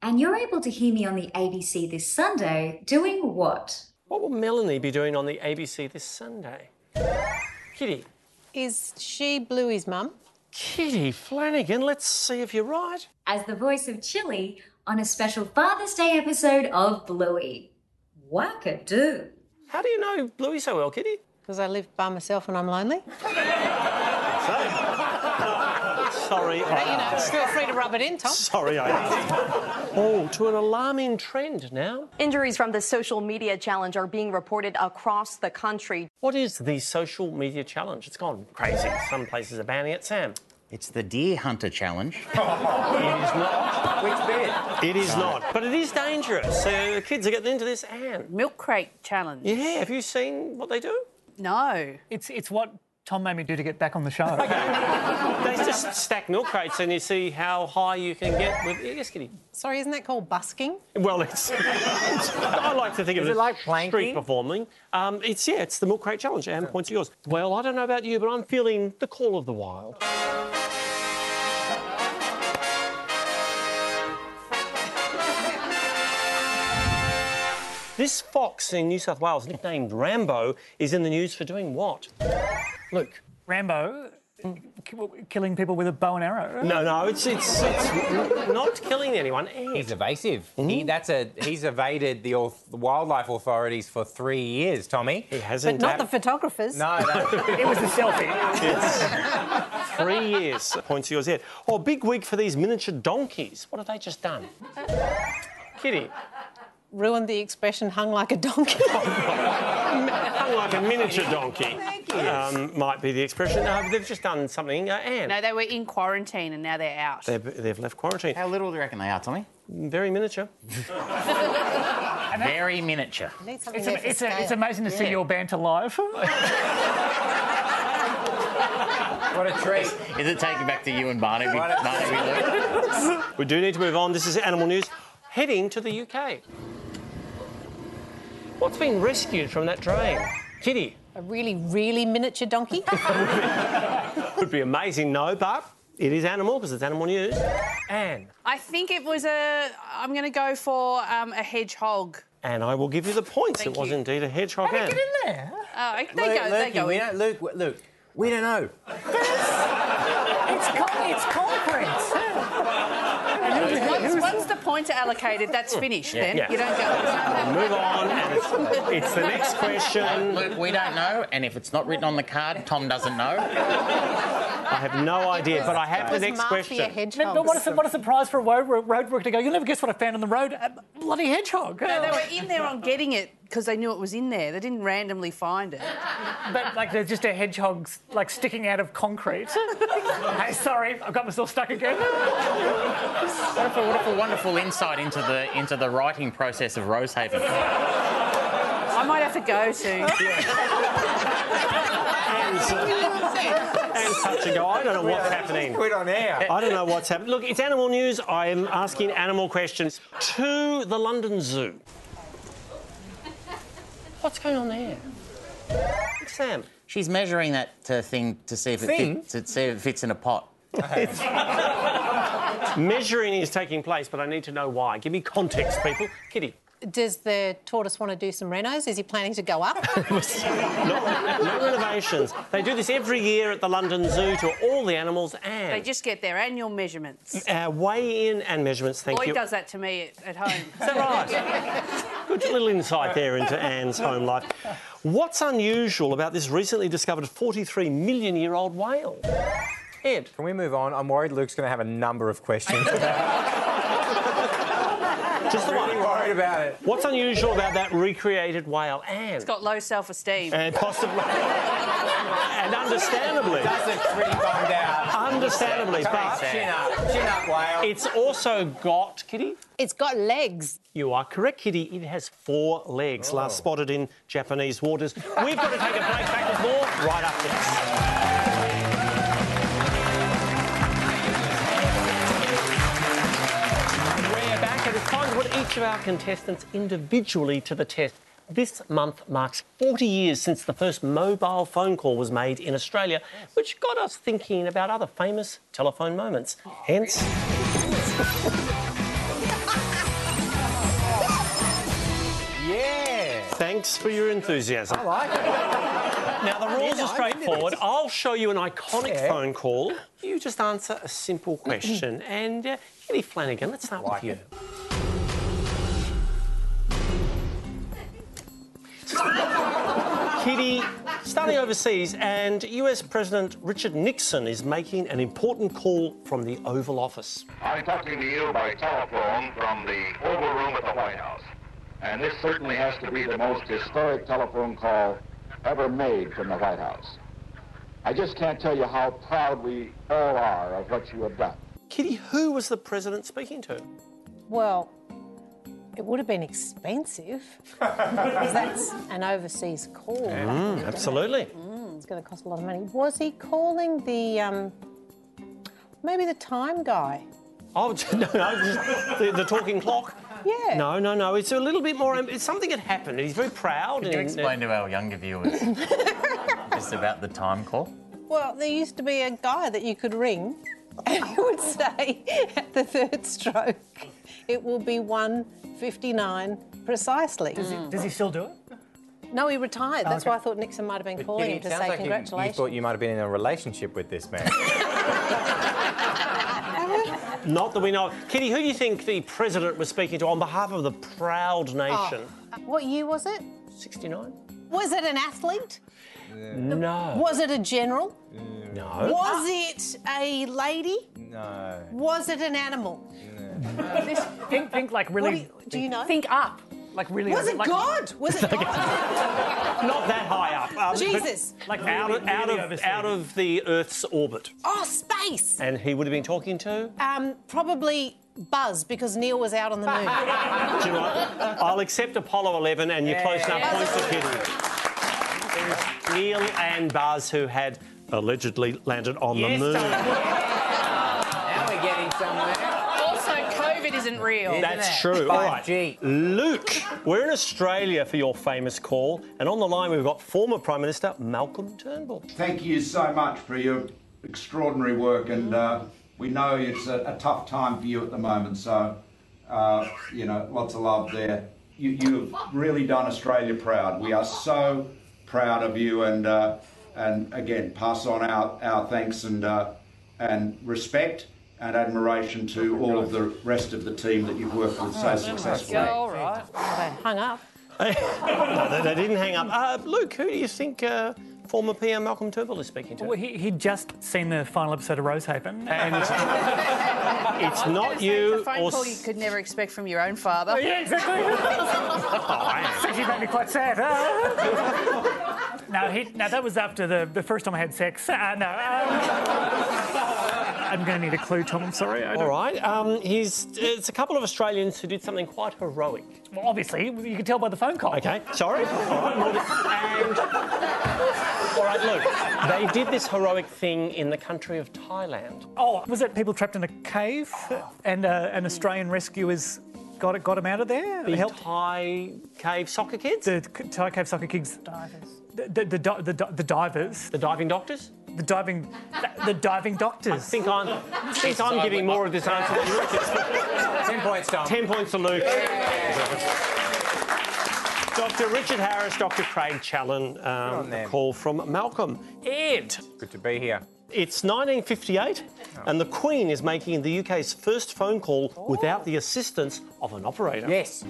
[SPEAKER 26] and you're able to hear me on the ABC this Sunday doing what?
[SPEAKER 2] What will Melanie be doing on the ABC this Sunday? Kitty.
[SPEAKER 6] Is she Bluey's mum?
[SPEAKER 2] Kitty Flanagan, let's see if you're right.
[SPEAKER 26] As the voice of Chili on a special Father's Day episode of Bluey. Wackadoo.
[SPEAKER 2] How do you know Bluey so well, Kitty?
[SPEAKER 6] Because I live by myself and I'm lonely.
[SPEAKER 2] Sorry,
[SPEAKER 6] But, you know,
[SPEAKER 2] I
[SPEAKER 6] feel free to rub it in, Tom.
[SPEAKER 2] Sorry, I asked. Oh, to an alarming trend now.
[SPEAKER 27] Injuries from the social media challenge are being reported across the country.
[SPEAKER 2] What is the social media challenge? It's gone crazy. Some places are banning it. Sam.
[SPEAKER 11] It's the deer hunter challenge.
[SPEAKER 10] Which bit?
[SPEAKER 2] It is not, but it is dangerous. So the kids are getting into this. And
[SPEAKER 5] milk crate challenge.
[SPEAKER 2] Yeah, have you seen what they do?
[SPEAKER 5] No.
[SPEAKER 4] It's it's what Tom made me do to get back on the show.
[SPEAKER 2] They just stack milk crates and you see how high you can get with. Yes, Kitty.
[SPEAKER 6] Sorry, isn't that called busking?
[SPEAKER 2] Well, it's. I like to think of
[SPEAKER 6] Is
[SPEAKER 2] it,
[SPEAKER 6] it like
[SPEAKER 2] street
[SPEAKER 6] planking?
[SPEAKER 2] performing. Um, it's yeah, it's the milk crate challenge. And points are yours. Well, I don't know about you, but I'm feeling the call of the wild. This fox in New South Wales, nicknamed Rambo, is in the news for doing what? Luke.
[SPEAKER 4] Rambo, k- killing people with a bow and arrow.
[SPEAKER 2] No, no, it's it's, it's not killing anyone. He's
[SPEAKER 10] evasive. He, that's a he's evaded the auth- wildlife authorities for three years, Tommy. He
[SPEAKER 2] hasn't.
[SPEAKER 6] Not the photographers.
[SPEAKER 10] No, no.
[SPEAKER 4] It was a selfie.
[SPEAKER 2] Three years. Points to yours yet. Oh, big week for these miniature donkeys. What have they just done? Kitty.
[SPEAKER 6] Ruined the expression hung like a donkey.
[SPEAKER 2] Hung like a miniature donkey. Um, might be the expression. No, they've just done something. Uh, Anne.
[SPEAKER 5] No, they were in quarantine and now they're out.
[SPEAKER 2] They've, they've left quarantine.
[SPEAKER 11] How little do you reckon they are, Tommy?
[SPEAKER 2] Very miniature.
[SPEAKER 11] Very miniature.
[SPEAKER 6] Need something
[SPEAKER 4] It's,
[SPEAKER 6] there
[SPEAKER 4] am-
[SPEAKER 6] for
[SPEAKER 4] it's, a, it's
[SPEAKER 6] scale.
[SPEAKER 4] amazing to see
[SPEAKER 11] Yeah.
[SPEAKER 4] your banter live.
[SPEAKER 11] What a treat. Is it taking back to you and Barney? Barney, we look?
[SPEAKER 2] We do need to move on. This is Animal News. Heading to the UK. What's been rescued from that drain? Kitty.
[SPEAKER 6] A really, really miniature donkey.
[SPEAKER 2] Would be amazing, no, but it is animal because it's animal news. Anne.
[SPEAKER 5] I think it was a. I'm going to go for um, a hedgehog.
[SPEAKER 2] And I will give you the points.
[SPEAKER 5] Thank
[SPEAKER 2] it was
[SPEAKER 5] you.
[SPEAKER 2] indeed a hedgehog. Anne.
[SPEAKER 5] there. Oh, they
[SPEAKER 10] Luke,
[SPEAKER 5] go. They
[SPEAKER 10] Lukey,
[SPEAKER 5] go.
[SPEAKER 10] we
[SPEAKER 5] in.
[SPEAKER 10] don't, Luke, w- Luke, we don't know.
[SPEAKER 4] it's con- it's conference.
[SPEAKER 5] Once, once the points are allocated, that's finished.
[SPEAKER 11] Yeah,
[SPEAKER 5] Then
[SPEAKER 11] yeah.
[SPEAKER 5] you don't go.
[SPEAKER 2] Move on. And it's, it's the next question.
[SPEAKER 11] Luke, we don't know, and if it's not written on the card, Tom doesn't know.
[SPEAKER 2] I have no idea, but I have the next question.
[SPEAKER 4] No, no, what, a, su- what a surprise for a road, road worker to go, you'll never guess what I found on the road. A bloody hedgehog.
[SPEAKER 5] No, they were in there on getting it because they knew it was in there. They didn't randomly find it.
[SPEAKER 4] But like there's just a hedgehog like sticking out of concrete. hey, sorry, I've got myself stuck again.
[SPEAKER 11] What if a, what if a wonderful insight into the into the writing process of Rosehaven?
[SPEAKER 5] I might have to go to.
[SPEAKER 2] And touch and go. I don't know what's happening.
[SPEAKER 10] We're on air.
[SPEAKER 2] I don't know what's happening. Look, it's animal news. I am asking animal questions to the London Zoo.
[SPEAKER 11] What's going on there?
[SPEAKER 2] Sam.
[SPEAKER 11] She's measuring that uh, thing to see if it,
[SPEAKER 2] Thing?
[SPEAKER 11] fit, to see if it fits in a pot.
[SPEAKER 2] Measuring is taking place, but I need to know why. Give me context, people. Kitty.
[SPEAKER 6] Does the tortoise want to do some renos? Is he planning to go up?
[SPEAKER 2] No renovations. They do this every year at the London Zoo to all the animals
[SPEAKER 5] They
[SPEAKER 2] and
[SPEAKER 5] just get their annual measurements.
[SPEAKER 2] uh, weigh in and measurements. Thank
[SPEAKER 5] Lloyd
[SPEAKER 2] you.
[SPEAKER 5] does that to me at- at home. Is
[SPEAKER 2] that
[SPEAKER 5] right?
[SPEAKER 2] Good little insight there into Anne's home life. What's unusual about this recently discovered 43 million year old whale? Ed.
[SPEAKER 10] Can we move on? I'm worried Luke's going to have a number of questions.
[SPEAKER 2] Just the one.
[SPEAKER 10] worried about it.
[SPEAKER 2] What's unusual about that recreated whale? Anne.
[SPEAKER 5] It's got low self-esteem.
[SPEAKER 2] And possibly. and understandably.
[SPEAKER 10] That's a pretty bummed out.
[SPEAKER 2] Understandably,
[SPEAKER 10] Come on,
[SPEAKER 2] but-
[SPEAKER 10] Chin up, chin up, whale.
[SPEAKER 2] It's also got, Kitty?
[SPEAKER 6] it's got legs.
[SPEAKER 2] You are correct, Kitty. It has four legs, last spotted in Japanese waters. We've got to take a break. Back with more right up next. We're back, and it's time to put each of our contestants individually to the test. This month marks 40 years since the first mobile phone call was made in Australia, which got us thinking about other famous telephone moments. Hence.
[SPEAKER 10] Yeah.
[SPEAKER 2] Thanks for your enthusiasm.
[SPEAKER 10] I like it.
[SPEAKER 2] Now, the rules are
[SPEAKER 10] Yeah, I'm into
[SPEAKER 2] straightforward.
[SPEAKER 10] this.
[SPEAKER 2] I'll show you an iconic
[SPEAKER 10] Yeah.
[SPEAKER 2] phone call. You just answer a simple question. and uh, Kitty Flanagan, let's start with you. Kitty, starting overseas, and US President Richard Nixon is making an important call from the Oval Office.
[SPEAKER 9] I'm talking to you by telephone from the Oval Room at the White House. And this certainly has to be the most historic telephone call ever made from the White House. I just can't tell you how proud we all are of what you have done.
[SPEAKER 2] Kitty, who was the president speaking to?
[SPEAKER 6] Well, it would have been expensive. because that's an overseas call.
[SPEAKER 2] Mm, absolutely.
[SPEAKER 6] It's going to cost a lot of money. Was he calling the, um, maybe the time guy?
[SPEAKER 2] Oh, no, no, just the, the talking clock.
[SPEAKER 6] Yeah.
[SPEAKER 2] No, no, no. It's a little bit more. um, It's something that happened. He's very proud.
[SPEAKER 11] Could you
[SPEAKER 2] and-
[SPEAKER 11] explain to our younger viewers just about the time call?
[SPEAKER 6] Well, there used to be a guy that you could ring and he would say at the third stroke, it will be 1.59 precisely.
[SPEAKER 2] Mm.
[SPEAKER 4] Does, he, does he still do it?
[SPEAKER 6] No, he retired.
[SPEAKER 4] Oh,
[SPEAKER 6] That's
[SPEAKER 4] okay.
[SPEAKER 6] why I thought Nixon might have been calling
[SPEAKER 10] Kitty,
[SPEAKER 6] him
[SPEAKER 10] it
[SPEAKER 6] to
[SPEAKER 10] sounds
[SPEAKER 6] say
[SPEAKER 10] like you- you,
[SPEAKER 6] congratulations.
[SPEAKER 10] thought you might have been in a relationship with this man.
[SPEAKER 2] Not that we know. of. Kitty, who do you think the president was speaking to on behalf of the proud nation?
[SPEAKER 6] What year was it?
[SPEAKER 2] 69.
[SPEAKER 6] Was it an athlete?
[SPEAKER 2] No.
[SPEAKER 6] Was it a general?
[SPEAKER 2] No.
[SPEAKER 10] Ah.
[SPEAKER 6] Was it a lady?
[SPEAKER 10] No.
[SPEAKER 6] Was it an animal?
[SPEAKER 4] Think, think like
[SPEAKER 6] do
[SPEAKER 4] really.
[SPEAKER 6] you- do you know?
[SPEAKER 4] Think up. Like really.
[SPEAKER 6] Was it
[SPEAKER 4] like,
[SPEAKER 6] God? Was it
[SPEAKER 2] Not that high up. Um, but
[SPEAKER 6] Jesus.
[SPEAKER 4] Like
[SPEAKER 2] out,
[SPEAKER 4] really,
[SPEAKER 2] of, out,
[SPEAKER 4] really
[SPEAKER 2] of,
[SPEAKER 4] overseas.
[SPEAKER 2] out of the Earth's orbit.
[SPEAKER 6] Oh, space!
[SPEAKER 2] And he would have been talking to.
[SPEAKER 6] Um, probably Buzz because Neil was out on the moon.
[SPEAKER 2] Do you know what? I'll accept Apollo 11 and you're close enough points to Kitty. It was Neil and Buzz who had allegedly landed on the moon.
[SPEAKER 10] now we're getting somewhere.
[SPEAKER 5] Also, COVID isn't real.
[SPEAKER 2] That's true. All right. Luke, we're in Australia for your famous call, and on the line we've got former Prime Minister Malcolm Turnbull.
[SPEAKER 9] Thank you so much for your extraordinary work, and uh, we know it's a, a tough time for you at the moment. So, uh, you know, lots of love there. You, you've really done Australia proud. We are so proud of you, and uh, and again, pass on our, our thanks and uh, and respect and admiration to all of the rest of the team that you've worked with so successfully.
[SPEAKER 6] right. hung up.
[SPEAKER 2] no, they, they didn't hang up. Uh, Luke, who do you think uh, Former PM Malcolm Turnbull is speaking to.
[SPEAKER 4] Well, he, he'd just seen the final episode of Rosehaven, and
[SPEAKER 2] it's not
[SPEAKER 5] It's a
[SPEAKER 2] you
[SPEAKER 5] phone
[SPEAKER 2] or
[SPEAKER 5] call you could never expect from your own father.
[SPEAKER 4] Yeah,
[SPEAKER 5] exactly.
[SPEAKER 4] It's actually made me quite sad. huh? no, he, no, that was after the, the first time I had sex. Uh, no, um, I'm going to need a clue, Tom. I'm sorry. I
[SPEAKER 2] All
[SPEAKER 4] don't-
[SPEAKER 2] right. Um, he's, it's a couple of Australians who did something quite heroic.
[SPEAKER 4] Well, obviously, you can tell by the phone call.
[SPEAKER 2] Okay. Sorry. All right, well, and- all right, look. They did this heroic thing in the country of Thailand.
[SPEAKER 4] Oh, was it people trapped in a cave
[SPEAKER 2] Oh.
[SPEAKER 4] and uh, an Australian rescuers got it, got them out of there?
[SPEAKER 2] The
[SPEAKER 4] Helped
[SPEAKER 2] Thai cave soccer kids?
[SPEAKER 4] The c- Thai cave soccer kids. The, the, the, di- the, di- the divers.
[SPEAKER 2] The diving doctors?
[SPEAKER 4] The diving, the, the diving doctors. I
[SPEAKER 2] think I'm, I think I'm giving more of this answer than you reckon. Ten points, Tom. Ten points to Luke. Dr. Richard Harris, Dr. Craig Challen, um, a call from Malcolm. Ed.
[SPEAKER 10] Good to be here.
[SPEAKER 2] It's 1958, and the Queen is making the UK's first phone call without the assistance of an operator.
[SPEAKER 10] Yes.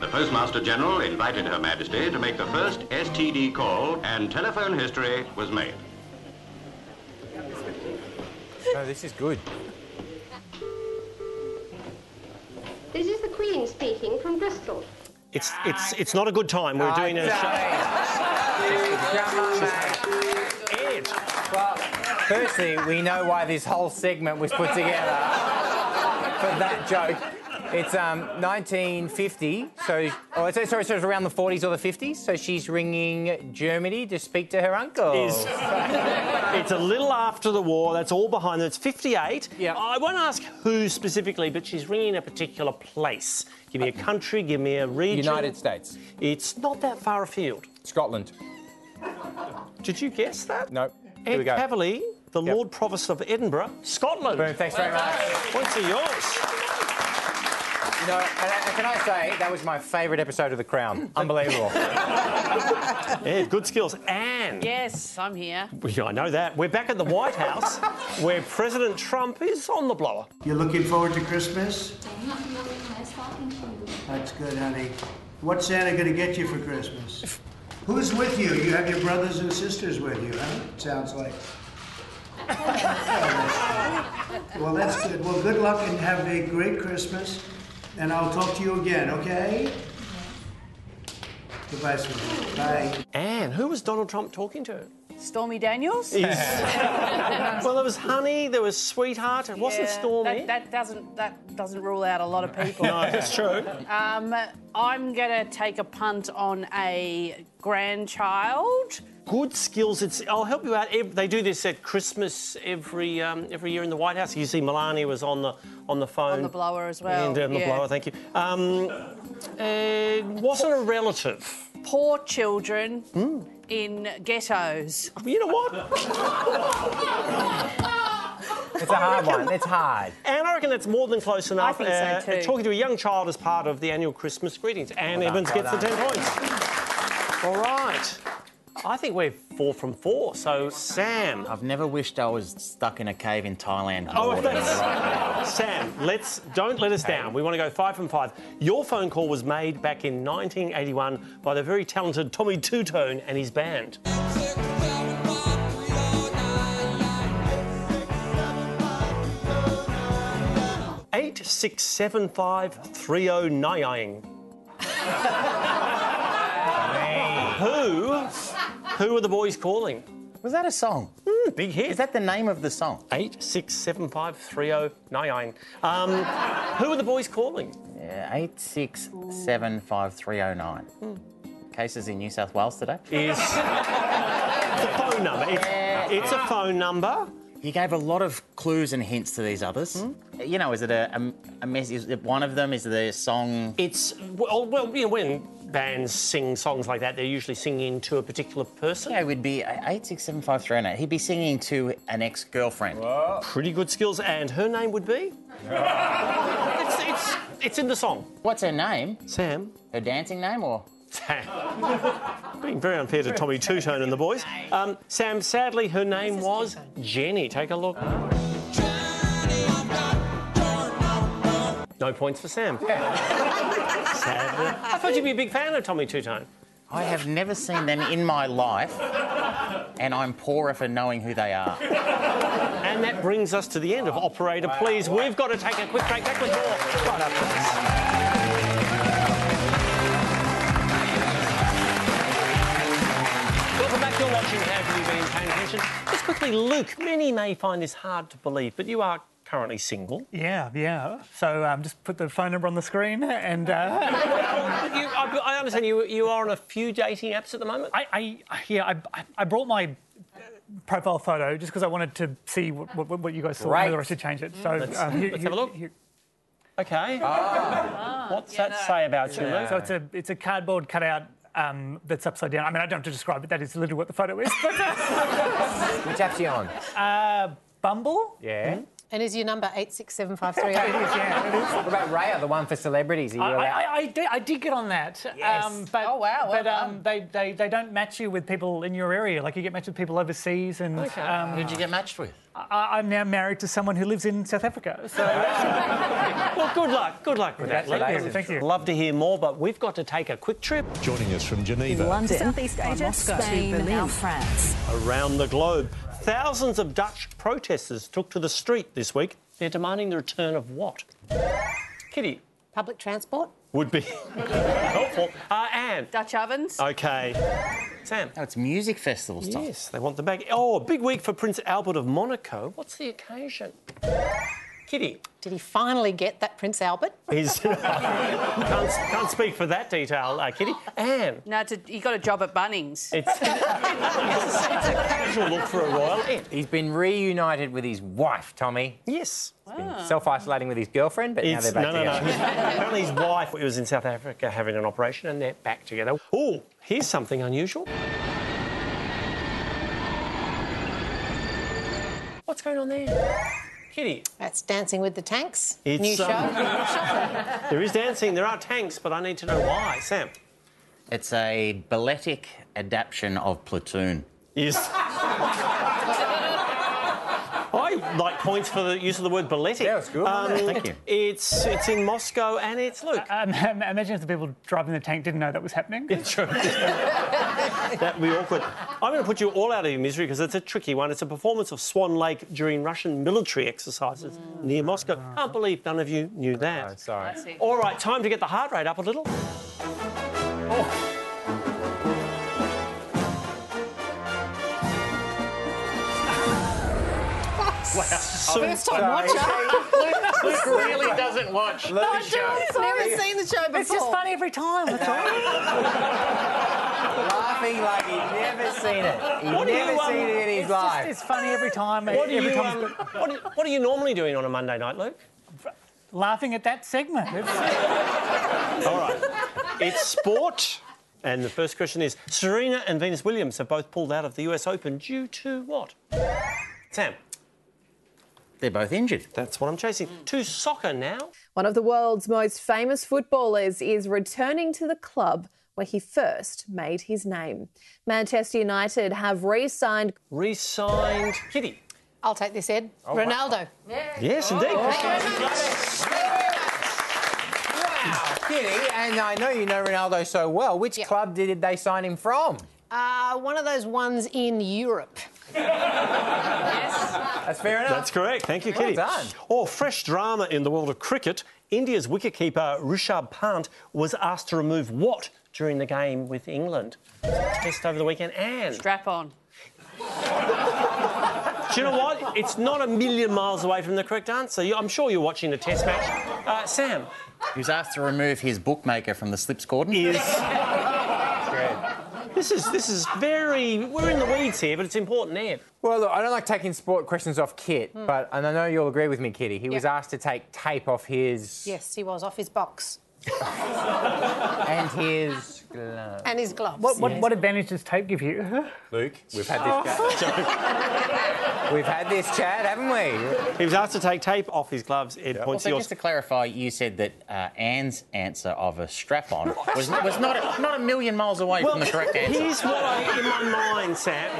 [SPEAKER 13] The Postmaster General invited Her Majesty to make the first STD call, and telephone history was made.
[SPEAKER 10] No, this is good.
[SPEAKER 28] This is the Queen speaking from Bristol.
[SPEAKER 2] It's it's it's not a good time. We're doing a show.
[SPEAKER 10] Firstly, we know why this whole segment was put together for that joke. It's um, 1950, so oh, so- sorry, so it's around the 40s or the 50s. So she's ringing Germany to speak to her uncle.
[SPEAKER 2] Is- It's a little after the war. That's all behind. That's 58. Yeah. I won't ask who specifically, but she's ringing a particular place. Give me a country. Give me a region.
[SPEAKER 10] United States.
[SPEAKER 2] It's not that far afield.
[SPEAKER 10] Scotland.
[SPEAKER 2] Did you guess that?
[SPEAKER 10] No. Here we
[SPEAKER 2] Ed
[SPEAKER 10] go.
[SPEAKER 2] Cavalier, the Lord Provost of Edinburgh, Scotland.
[SPEAKER 10] Boom, thanks very much.
[SPEAKER 2] Points are yours.
[SPEAKER 10] You know, and, and can I say that was my favourite episode of The Crown. Unbelievable.
[SPEAKER 2] yeah, good skills. Anne.
[SPEAKER 5] Yes, I'm here.
[SPEAKER 2] Yeah, I know that. We're back at the White House, where President Trump is on the blower.
[SPEAKER 23] You looking forward to Christmas? That's good, honey. What's Santa gonna get you for Christmas? Who's with you? You have your brothers and sisters with you, huh? Sounds like. Well, that's good. Well, good luck and have a great Christmas. And I'll talk to you again, okay? Goodbye, sweetie. Bye.
[SPEAKER 2] Anne, who was Donald Trump talking to?
[SPEAKER 5] Stormy Daniels?
[SPEAKER 2] well, there was honey, there was sweetheart. It wasn't
[SPEAKER 5] Yeah,
[SPEAKER 2] stormy.
[SPEAKER 5] That, that doesn't that doesn't rule out a lot of people.
[SPEAKER 2] No, it's true.
[SPEAKER 5] Um, I'm gonna take a punt on a grandchild.
[SPEAKER 2] Good skills. It's. I'll help you out. Ev- They do this at Christmas every um, every year in the White House. You see, Melania was on the on the phone.
[SPEAKER 5] On the blower as well,
[SPEAKER 2] And uh, on the
[SPEAKER 5] yeah.
[SPEAKER 2] blower. Thank you. Um, uh, wasn't a relative.
[SPEAKER 5] Poor children
[SPEAKER 2] Hmm.
[SPEAKER 5] in ghettos.
[SPEAKER 2] You know what?
[SPEAKER 10] It's a hard one. It's hard.
[SPEAKER 2] And I reckon that's more than close enough. Uh,
[SPEAKER 5] think so too.
[SPEAKER 2] Talking to a young child as part of the annual Christmas greetings. Anne
[SPEAKER 10] Well done,
[SPEAKER 2] Evans
[SPEAKER 10] well
[SPEAKER 2] gets the
[SPEAKER 10] done.
[SPEAKER 2] 10 points. All right. I think we're four from four, so Sam.
[SPEAKER 11] I've never wished I was stuck in a cave in Thailand.
[SPEAKER 2] Oh,
[SPEAKER 11] more than
[SPEAKER 2] that's- Sam, let's don't let us down. We want to go five from five. Your phone call was made back in 1981 by the very talented Tommy Two Tone and his band. Eight six seven five three zero nine. Who? Who are the boys calling?
[SPEAKER 11] Was that a song?
[SPEAKER 2] big hit. Is
[SPEAKER 11] that the name of the song?
[SPEAKER 2] Eight six seven five three zero nine. Um, who are the boys calling?
[SPEAKER 11] Yeah, eight six seven five three zero nine.
[SPEAKER 10] Hmm.
[SPEAKER 11] Cases in New South Wales today.
[SPEAKER 2] Is the phone number? It's, it's a phone number.
[SPEAKER 11] You gave a lot of clues and hints to these others. Hmm? You know, is it a, a, a mess? Is it one of them? Is the song?
[SPEAKER 2] It's well, well, you know, when bands sing songs like that, they're usually singing to a particular person.
[SPEAKER 11] Yeah, it would be eight six seven five three zero nine. He'd be singing to an ex-girlfriend.
[SPEAKER 2] Pretty good skills, and her name would be. it's, it's it's in the song.
[SPEAKER 11] What's her name?
[SPEAKER 2] Sam.
[SPEAKER 11] Her dancing name, or?
[SPEAKER 2] Being very unfair to Tommy Two Tone and the boys. Um, Sam, sadly, her name was Jenny. Take a look. No points for Sam. Sadly. I thought you'd be a big fan of Tommy Two Tone.
[SPEAKER 11] I have never seen them in my life. and I'm poorer for knowing who they are.
[SPEAKER 2] And that brings us to the end of Operator Please. We've got to take a quick break. Back with more. Right after this. Welcome back. You're watching Have You Been Paying Attention? Just quickly, Luke, many may find this hard to believe, but you are currently single.
[SPEAKER 4] Yeah, yeah. So um, just put the phone number on the screen and. Uh...
[SPEAKER 2] You, I, I understand you, you are on a few dating apps at the moment.
[SPEAKER 4] I, I yeah, I- I, I brought my uh, profile photo just because I wanted to see what, what, what you guys saw,
[SPEAKER 2] Great. Mm.
[SPEAKER 4] whether I should change it. So
[SPEAKER 2] Let's-
[SPEAKER 4] um,
[SPEAKER 2] let's have a look. Okay. Ah. What's that
[SPEAKER 4] Ah, no.
[SPEAKER 2] say about you, Luke?
[SPEAKER 4] So it's a it's a cardboard cutout. Um, that's upside down. I mean, I don't have to describe it. That is literally what the photo is.
[SPEAKER 10] Which app's you on?
[SPEAKER 4] Uh, Bumble.
[SPEAKER 10] Yeah.
[SPEAKER 6] And is your number eight six seven five three? oh
[SPEAKER 10] What about Raya, the one for celebrities? Are you
[SPEAKER 4] I,
[SPEAKER 10] allowed?
[SPEAKER 4] I, I, did, I did get on that.
[SPEAKER 10] Yes.
[SPEAKER 4] but, oh, wow. but um, they, they, they don't match you with people in your area. Like, you get matched with people overseas. And
[SPEAKER 11] Okay.
[SPEAKER 4] um,
[SPEAKER 11] Who'd you get matched with?
[SPEAKER 4] I, I'm now married to someone who lives in South Africa. So
[SPEAKER 2] well, good luck. Good luck with that. Luke.
[SPEAKER 4] Congratulations. Thank you.
[SPEAKER 2] Love to hear more, but we've got to take a quick trip.
[SPEAKER 12] Joining us from Geneva.
[SPEAKER 29] Southeast Asia,
[SPEAKER 30] Moscow to
[SPEAKER 29] Spain,
[SPEAKER 30] Berlin.
[SPEAKER 29] now France.
[SPEAKER 2] Around the globe, thousands of Dutch protesters took to the street this week. They're demanding the return of what? Kitty
[SPEAKER 6] Public transport.
[SPEAKER 2] would be helpful. Uh, Anne.
[SPEAKER 27] Dutch ovens.
[SPEAKER 2] Uh, Okay. Sam.
[SPEAKER 11] it's music festival
[SPEAKER 2] stuff. Yes, they want the bag. Oh, a big week for Prince Albert of Monaco. What's the occasion? Kitty.
[SPEAKER 6] Did he finally get that Prince Albert?
[SPEAKER 2] He's can't, can't speak for that detail, uh, Kitty. Anne.
[SPEAKER 27] No, it's a, he got a job at Bunnings.
[SPEAKER 2] It's, it's a casual look for a royal.
[SPEAKER 10] He's been reunited with his wife, Tommy.
[SPEAKER 2] Yes.
[SPEAKER 10] Self isolating with his girlfriend, but now
[SPEAKER 2] It's-
[SPEAKER 10] they're back
[SPEAKER 2] no, no,
[SPEAKER 10] together.
[SPEAKER 2] no. Apparently, his wife was in South Africa having an operation, and they're back together. Oh, here's something unusual. What's going on there? Kitty.
[SPEAKER 6] That's Dancing with the Tanks.
[SPEAKER 2] It's,
[SPEAKER 6] New show.
[SPEAKER 2] um, There is dancing. There are tanks, but I need to know why. Sam.
[SPEAKER 11] It's a balletic adaptation of Platoon.
[SPEAKER 2] Yes. I like points for the use of the word balletic. Yeah, it's good.
[SPEAKER 11] Thank you.
[SPEAKER 2] It's it's in Moscow and it's Luke.
[SPEAKER 4] um, imagine if the people driving the tank didn't know that was happening.
[SPEAKER 2] It's true. That'd be awkward. I'm going to put you all out of your misery because it's a tricky one. It's a performance of Swan Lake during Russian military exercises near Moscow. Can't believe none of you knew that. sorry.
[SPEAKER 27] That's it.
[SPEAKER 2] All right, time to get the heart rate up a little.
[SPEAKER 11] Wow.
[SPEAKER 6] First time watcher.
[SPEAKER 11] Luke really doesn't watch.
[SPEAKER 6] No, I
[SPEAKER 11] the
[SPEAKER 6] do.
[SPEAKER 11] show.
[SPEAKER 6] I've never seen the show before.
[SPEAKER 4] It's just funny every time. That's
[SPEAKER 10] Laughing like he'd never seen it. He'd
[SPEAKER 2] What do
[SPEAKER 10] never
[SPEAKER 2] you, um,
[SPEAKER 10] seen it in his
[SPEAKER 2] it's just-
[SPEAKER 10] life.
[SPEAKER 4] it's funny every time.
[SPEAKER 2] What are,
[SPEAKER 4] every
[SPEAKER 2] you,
[SPEAKER 4] time
[SPEAKER 2] um, what, are, what are you normally doing on a Monday night, Luke?
[SPEAKER 4] Laughing at that segment.
[SPEAKER 2] All right. It's sport. And the first question is Serena and Venus Williams have both pulled out of the US Open due to what? Sam.
[SPEAKER 11] They're both injured.
[SPEAKER 2] That's what I'm chasing. To soccer now.
[SPEAKER 31] One of the world's most famous footballers is returning to the club where he first made his name. Manchester United have re signed
[SPEAKER 2] Re signed Kitty.
[SPEAKER 6] I'll take this, Ed.
[SPEAKER 2] Oh,
[SPEAKER 6] Ronaldo.
[SPEAKER 2] Yes, indeed.
[SPEAKER 10] Kitty, and I know you know Ronaldo so well. Which club did they sign him from?
[SPEAKER 6] Uh, one of those ones in Europe.
[SPEAKER 10] That's fair enough.
[SPEAKER 2] That's correct. Thank you,
[SPEAKER 10] Well
[SPEAKER 2] Kitty.
[SPEAKER 10] done.
[SPEAKER 2] Or fresh drama in the world of cricket. India's wicketkeeper Rishabh Pant was asked to remove what during the game with England? Test over the weekend. And
[SPEAKER 27] Strap on.
[SPEAKER 2] do you know what? It's not a million miles away from the correct answer. You- I'm sure you're watching the test match. Uh, Sam.
[SPEAKER 11] He was asked to remove his bookmaker from the slips cordon.
[SPEAKER 2] This is this is very. We're in the weeds here, but it's important, Ed.
[SPEAKER 10] Well, look, I don't like taking sport questions off Kit,
[SPEAKER 2] Hmm.
[SPEAKER 10] but and I know you'll agree with me, Kitty. He was asked to take tape off his
[SPEAKER 6] Yes, he was off his box
[SPEAKER 10] and his glove.
[SPEAKER 6] and his gloves.
[SPEAKER 4] What, what, what advantage does tape give you?
[SPEAKER 10] Luke, we've had
[SPEAKER 2] Oh.
[SPEAKER 10] this chat. we've had this chat, haven't we?
[SPEAKER 2] He was asked to take tape off his gloves. Ed points
[SPEAKER 11] Also,
[SPEAKER 2] yours.
[SPEAKER 11] just to clarify, you said that uh, Anne's answer of a strap-on was, was not, a, not a million miles away
[SPEAKER 2] well,
[SPEAKER 11] from the correct answer.
[SPEAKER 2] here's what I in my mind, Sam.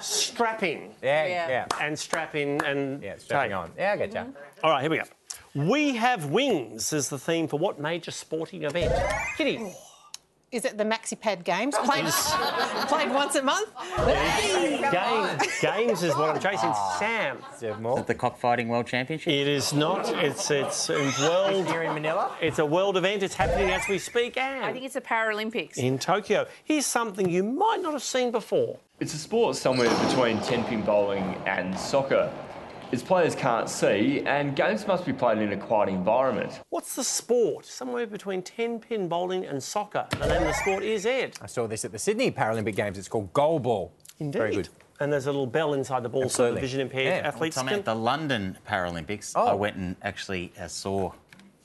[SPEAKER 2] strapping.
[SPEAKER 10] Yeah, Yeah. yeah.
[SPEAKER 2] And strapping and yeah,
[SPEAKER 10] strapping on. Yeah, I get ya.
[SPEAKER 2] All right, here we go. We have wings is the theme for what major sporting event? Kitty.
[SPEAKER 6] is it the MaxiPad Games? Played, played once a month.
[SPEAKER 2] Games, games is what I'm chasing. Sam.
[SPEAKER 11] Is it the cockfighting world championship?
[SPEAKER 2] It is not. It's it's a world.
[SPEAKER 11] Here in Manila.
[SPEAKER 2] It's a world event. It's happening as we speak,
[SPEAKER 1] I think
[SPEAKER 2] and
[SPEAKER 1] it's the Paralympics.
[SPEAKER 2] in Tokyo. Here's something you might not have seen before.
[SPEAKER 12] It's a sport somewhere between 10 pin bowling and soccer. Its players can't see, and games must be played in a quiet environment.
[SPEAKER 2] What's the sport? Somewhere between ten pin bowling and soccer. The name of the sport is Ed.
[SPEAKER 10] I saw this at the Sydney Paralympic Games. It's called goalball.
[SPEAKER 2] Indeed.
[SPEAKER 10] Very good.
[SPEAKER 2] And there's a little bell inside the ball so the
[SPEAKER 11] Absolutely.
[SPEAKER 2] vision impaired
[SPEAKER 11] Yeah.
[SPEAKER 2] athletes
[SPEAKER 11] Well, Tommy,
[SPEAKER 2] can.
[SPEAKER 11] at the London Paralympics, I went and actually uh, saw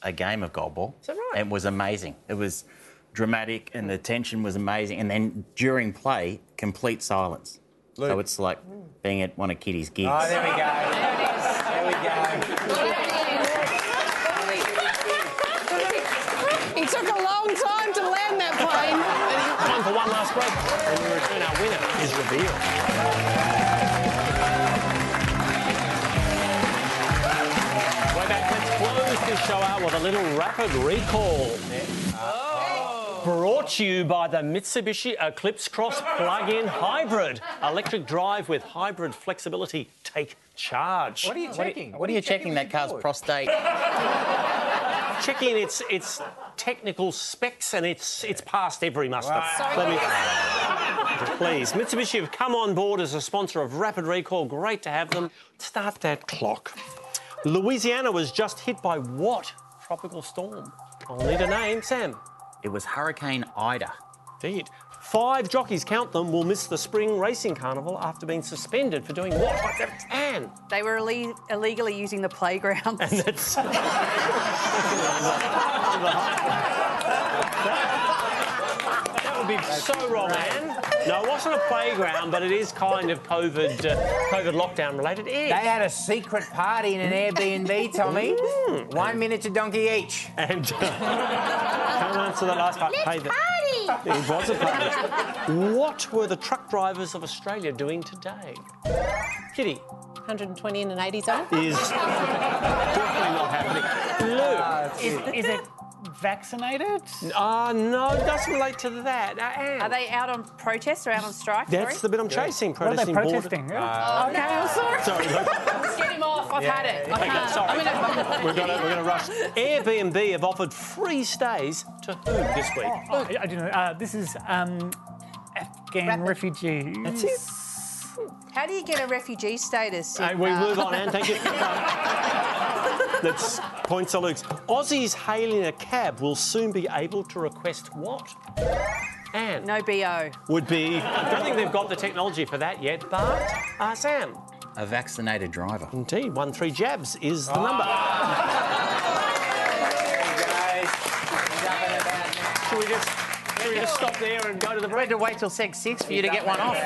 [SPEAKER 11] a game of goalball. Is that right? It was amazing. It was dramatic, and the tension was amazing. And then during play, complete silence. So
[SPEAKER 10] Luke.
[SPEAKER 11] it's like being at one of Kitty's gigs.
[SPEAKER 10] Oh, there we go.
[SPEAKER 6] He took a long time to land that plane.
[SPEAKER 2] Time for one last break. When we return, our winner is revealed. Way back, let's close this show out with a little rapid recall. Brought to you by the Mitsubishi Eclipse Cross plug-in hybrid. Electric drive with hybrid flexibility. Take charge.
[SPEAKER 11] What are you checking? What are you checking that car's prostate?
[SPEAKER 2] checking its its technical specs and it's it's past every muster.
[SPEAKER 11] Right.
[SPEAKER 2] Let me- please, Mitsubishi have come on board as a sponsor of Rapid Recall. Great to have them. Start that clock. Louisiana was just hit by what tropical storm? I'll need a name, Sam.
[SPEAKER 11] It was Hurricane Ida.
[SPEAKER 2] Indeed. Five jockeys, count them, will miss the spring racing carnival after being suspended for doing what? What's that? Anne.
[SPEAKER 5] They were ille- illegally using the playgrounds. And
[SPEAKER 2] that's... That would be so wrong, Anne. No, it wasn't a playground, but it is kind of COVID, uh, COVID lockdown related.
[SPEAKER 10] They
[SPEAKER 2] Ed.
[SPEAKER 10] had a secret party in an Airbnb, Tommy. One minute to donkey each.
[SPEAKER 2] And uh, can't answer that last part. Hey, the- It was a party. what were the truck drivers of Australia doing today? Kitty
[SPEAKER 6] 120 in an 80 zone.
[SPEAKER 2] is definitely not happening. Luke.
[SPEAKER 4] Is, is it vaccinated?
[SPEAKER 2] Ah, no, it doesn't relate to that. Uh, Anne.
[SPEAKER 1] Are they out on protest or out on strike?
[SPEAKER 2] That's the
[SPEAKER 1] sorry?
[SPEAKER 2] bit I'm chasing.
[SPEAKER 4] What are they
[SPEAKER 2] protesting border-
[SPEAKER 4] protesting?
[SPEAKER 2] Uh,
[SPEAKER 1] Oh, no.
[SPEAKER 4] I'm sorry.
[SPEAKER 2] Sorry, Luke.
[SPEAKER 1] Let's get him off. I've had it. I
[SPEAKER 2] Okay,
[SPEAKER 1] can't.
[SPEAKER 2] sorry.
[SPEAKER 1] I mean, I-
[SPEAKER 2] We're gonna, we're gonna rush. Airbnb have offered free stays to who this week?
[SPEAKER 4] Oh, I, I do know. Uh, this is um, Afghan refugees.
[SPEAKER 2] That's it.
[SPEAKER 5] How do you get a refugee status? uh,
[SPEAKER 2] Hey, we move on, Anne. Thank you. That's points to Luke's. Aussies hailing a cab will soon be able to request what? Anne
[SPEAKER 5] No BO.
[SPEAKER 2] would be. I don't think they've got the technology for that yet, but uh, Sam.
[SPEAKER 11] A vaccinated driver.
[SPEAKER 2] Indeed, one three jabs is the number. Should we just? Should we just stop there and go to the break?
[SPEAKER 11] to wait till seg six for you to get one off.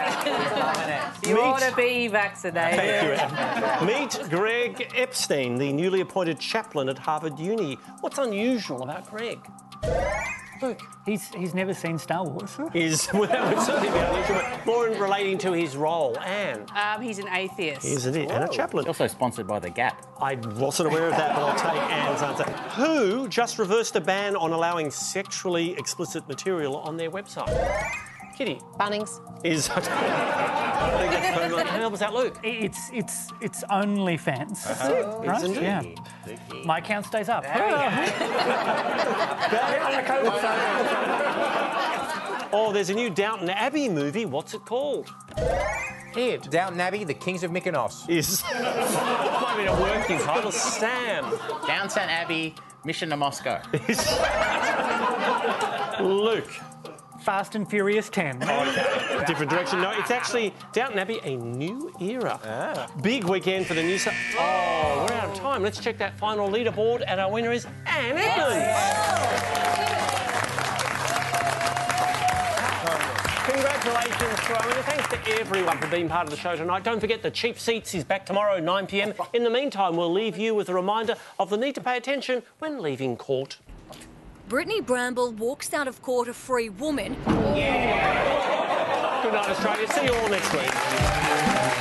[SPEAKER 5] You
[SPEAKER 2] Meet-
[SPEAKER 5] ought to be vaccinated.
[SPEAKER 2] Thank you, Anne. Meet Greg Epstein, the newly appointed chaplain at Harvard Uni. What's unusual about Greg? Luke.
[SPEAKER 4] He's, he's never seen Star Wars.
[SPEAKER 2] Is well, that would certainly be unusual, but more in relating to his role. Anne.
[SPEAKER 1] um, he's an atheist.
[SPEAKER 2] Isn't it? And a chaplain.
[SPEAKER 11] Also sponsored by The Gap.
[SPEAKER 2] I wasn't aware of that, but I'll take Anne's answer. Who just reversed a ban on allowing sexually explicit material on their website? Kitty
[SPEAKER 6] Bunnings.
[SPEAKER 2] is. I think that's permanent. Help us out, Luke.
[SPEAKER 4] It's it's it's only fans.
[SPEAKER 2] it.
[SPEAKER 4] Right?
[SPEAKER 2] It's indeed.
[SPEAKER 4] yeah. My account stays up.
[SPEAKER 2] Oh, there's a new Downton Abbey movie. What's it called? Ed.
[SPEAKER 10] Downton Abbey, the Kings of Mykonos.
[SPEAKER 2] Is. Might be a working title. Sam.
[SPEAKER 11] Downton Abbey, Mission to Moscow.
[SPEAKER 2] Luke.
[SPEAKER 4] Fast and Furious 10.
[SPEAKER 2] Different direction. No, it's actually Downton Abbey, a new era. Big weekend for the new. Su- oh, we're out of time. Let's check that final leaderboard, and our winner is Anne Edmonds. Congratulations to our winner. Thanks to everyone for being part of the show tonight. Don't forget the cheap seats is back tomorrow, 9 pm. In the meantime, we'll leave you with a reminder of the need to pay attention when leaving court.
[SPEAKER 3] Brittany Bramble walks out of court a free woman.
[SPEAKER 2] Good night, Australia. See you all next week.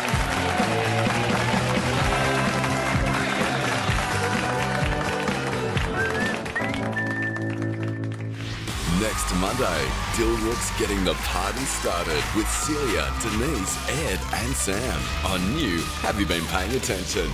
[SPEAKER 9] Next Monday, Dilrup's getting the party started with Celia, Denise, Ed, and Sam on new Have You Been Paying Attention?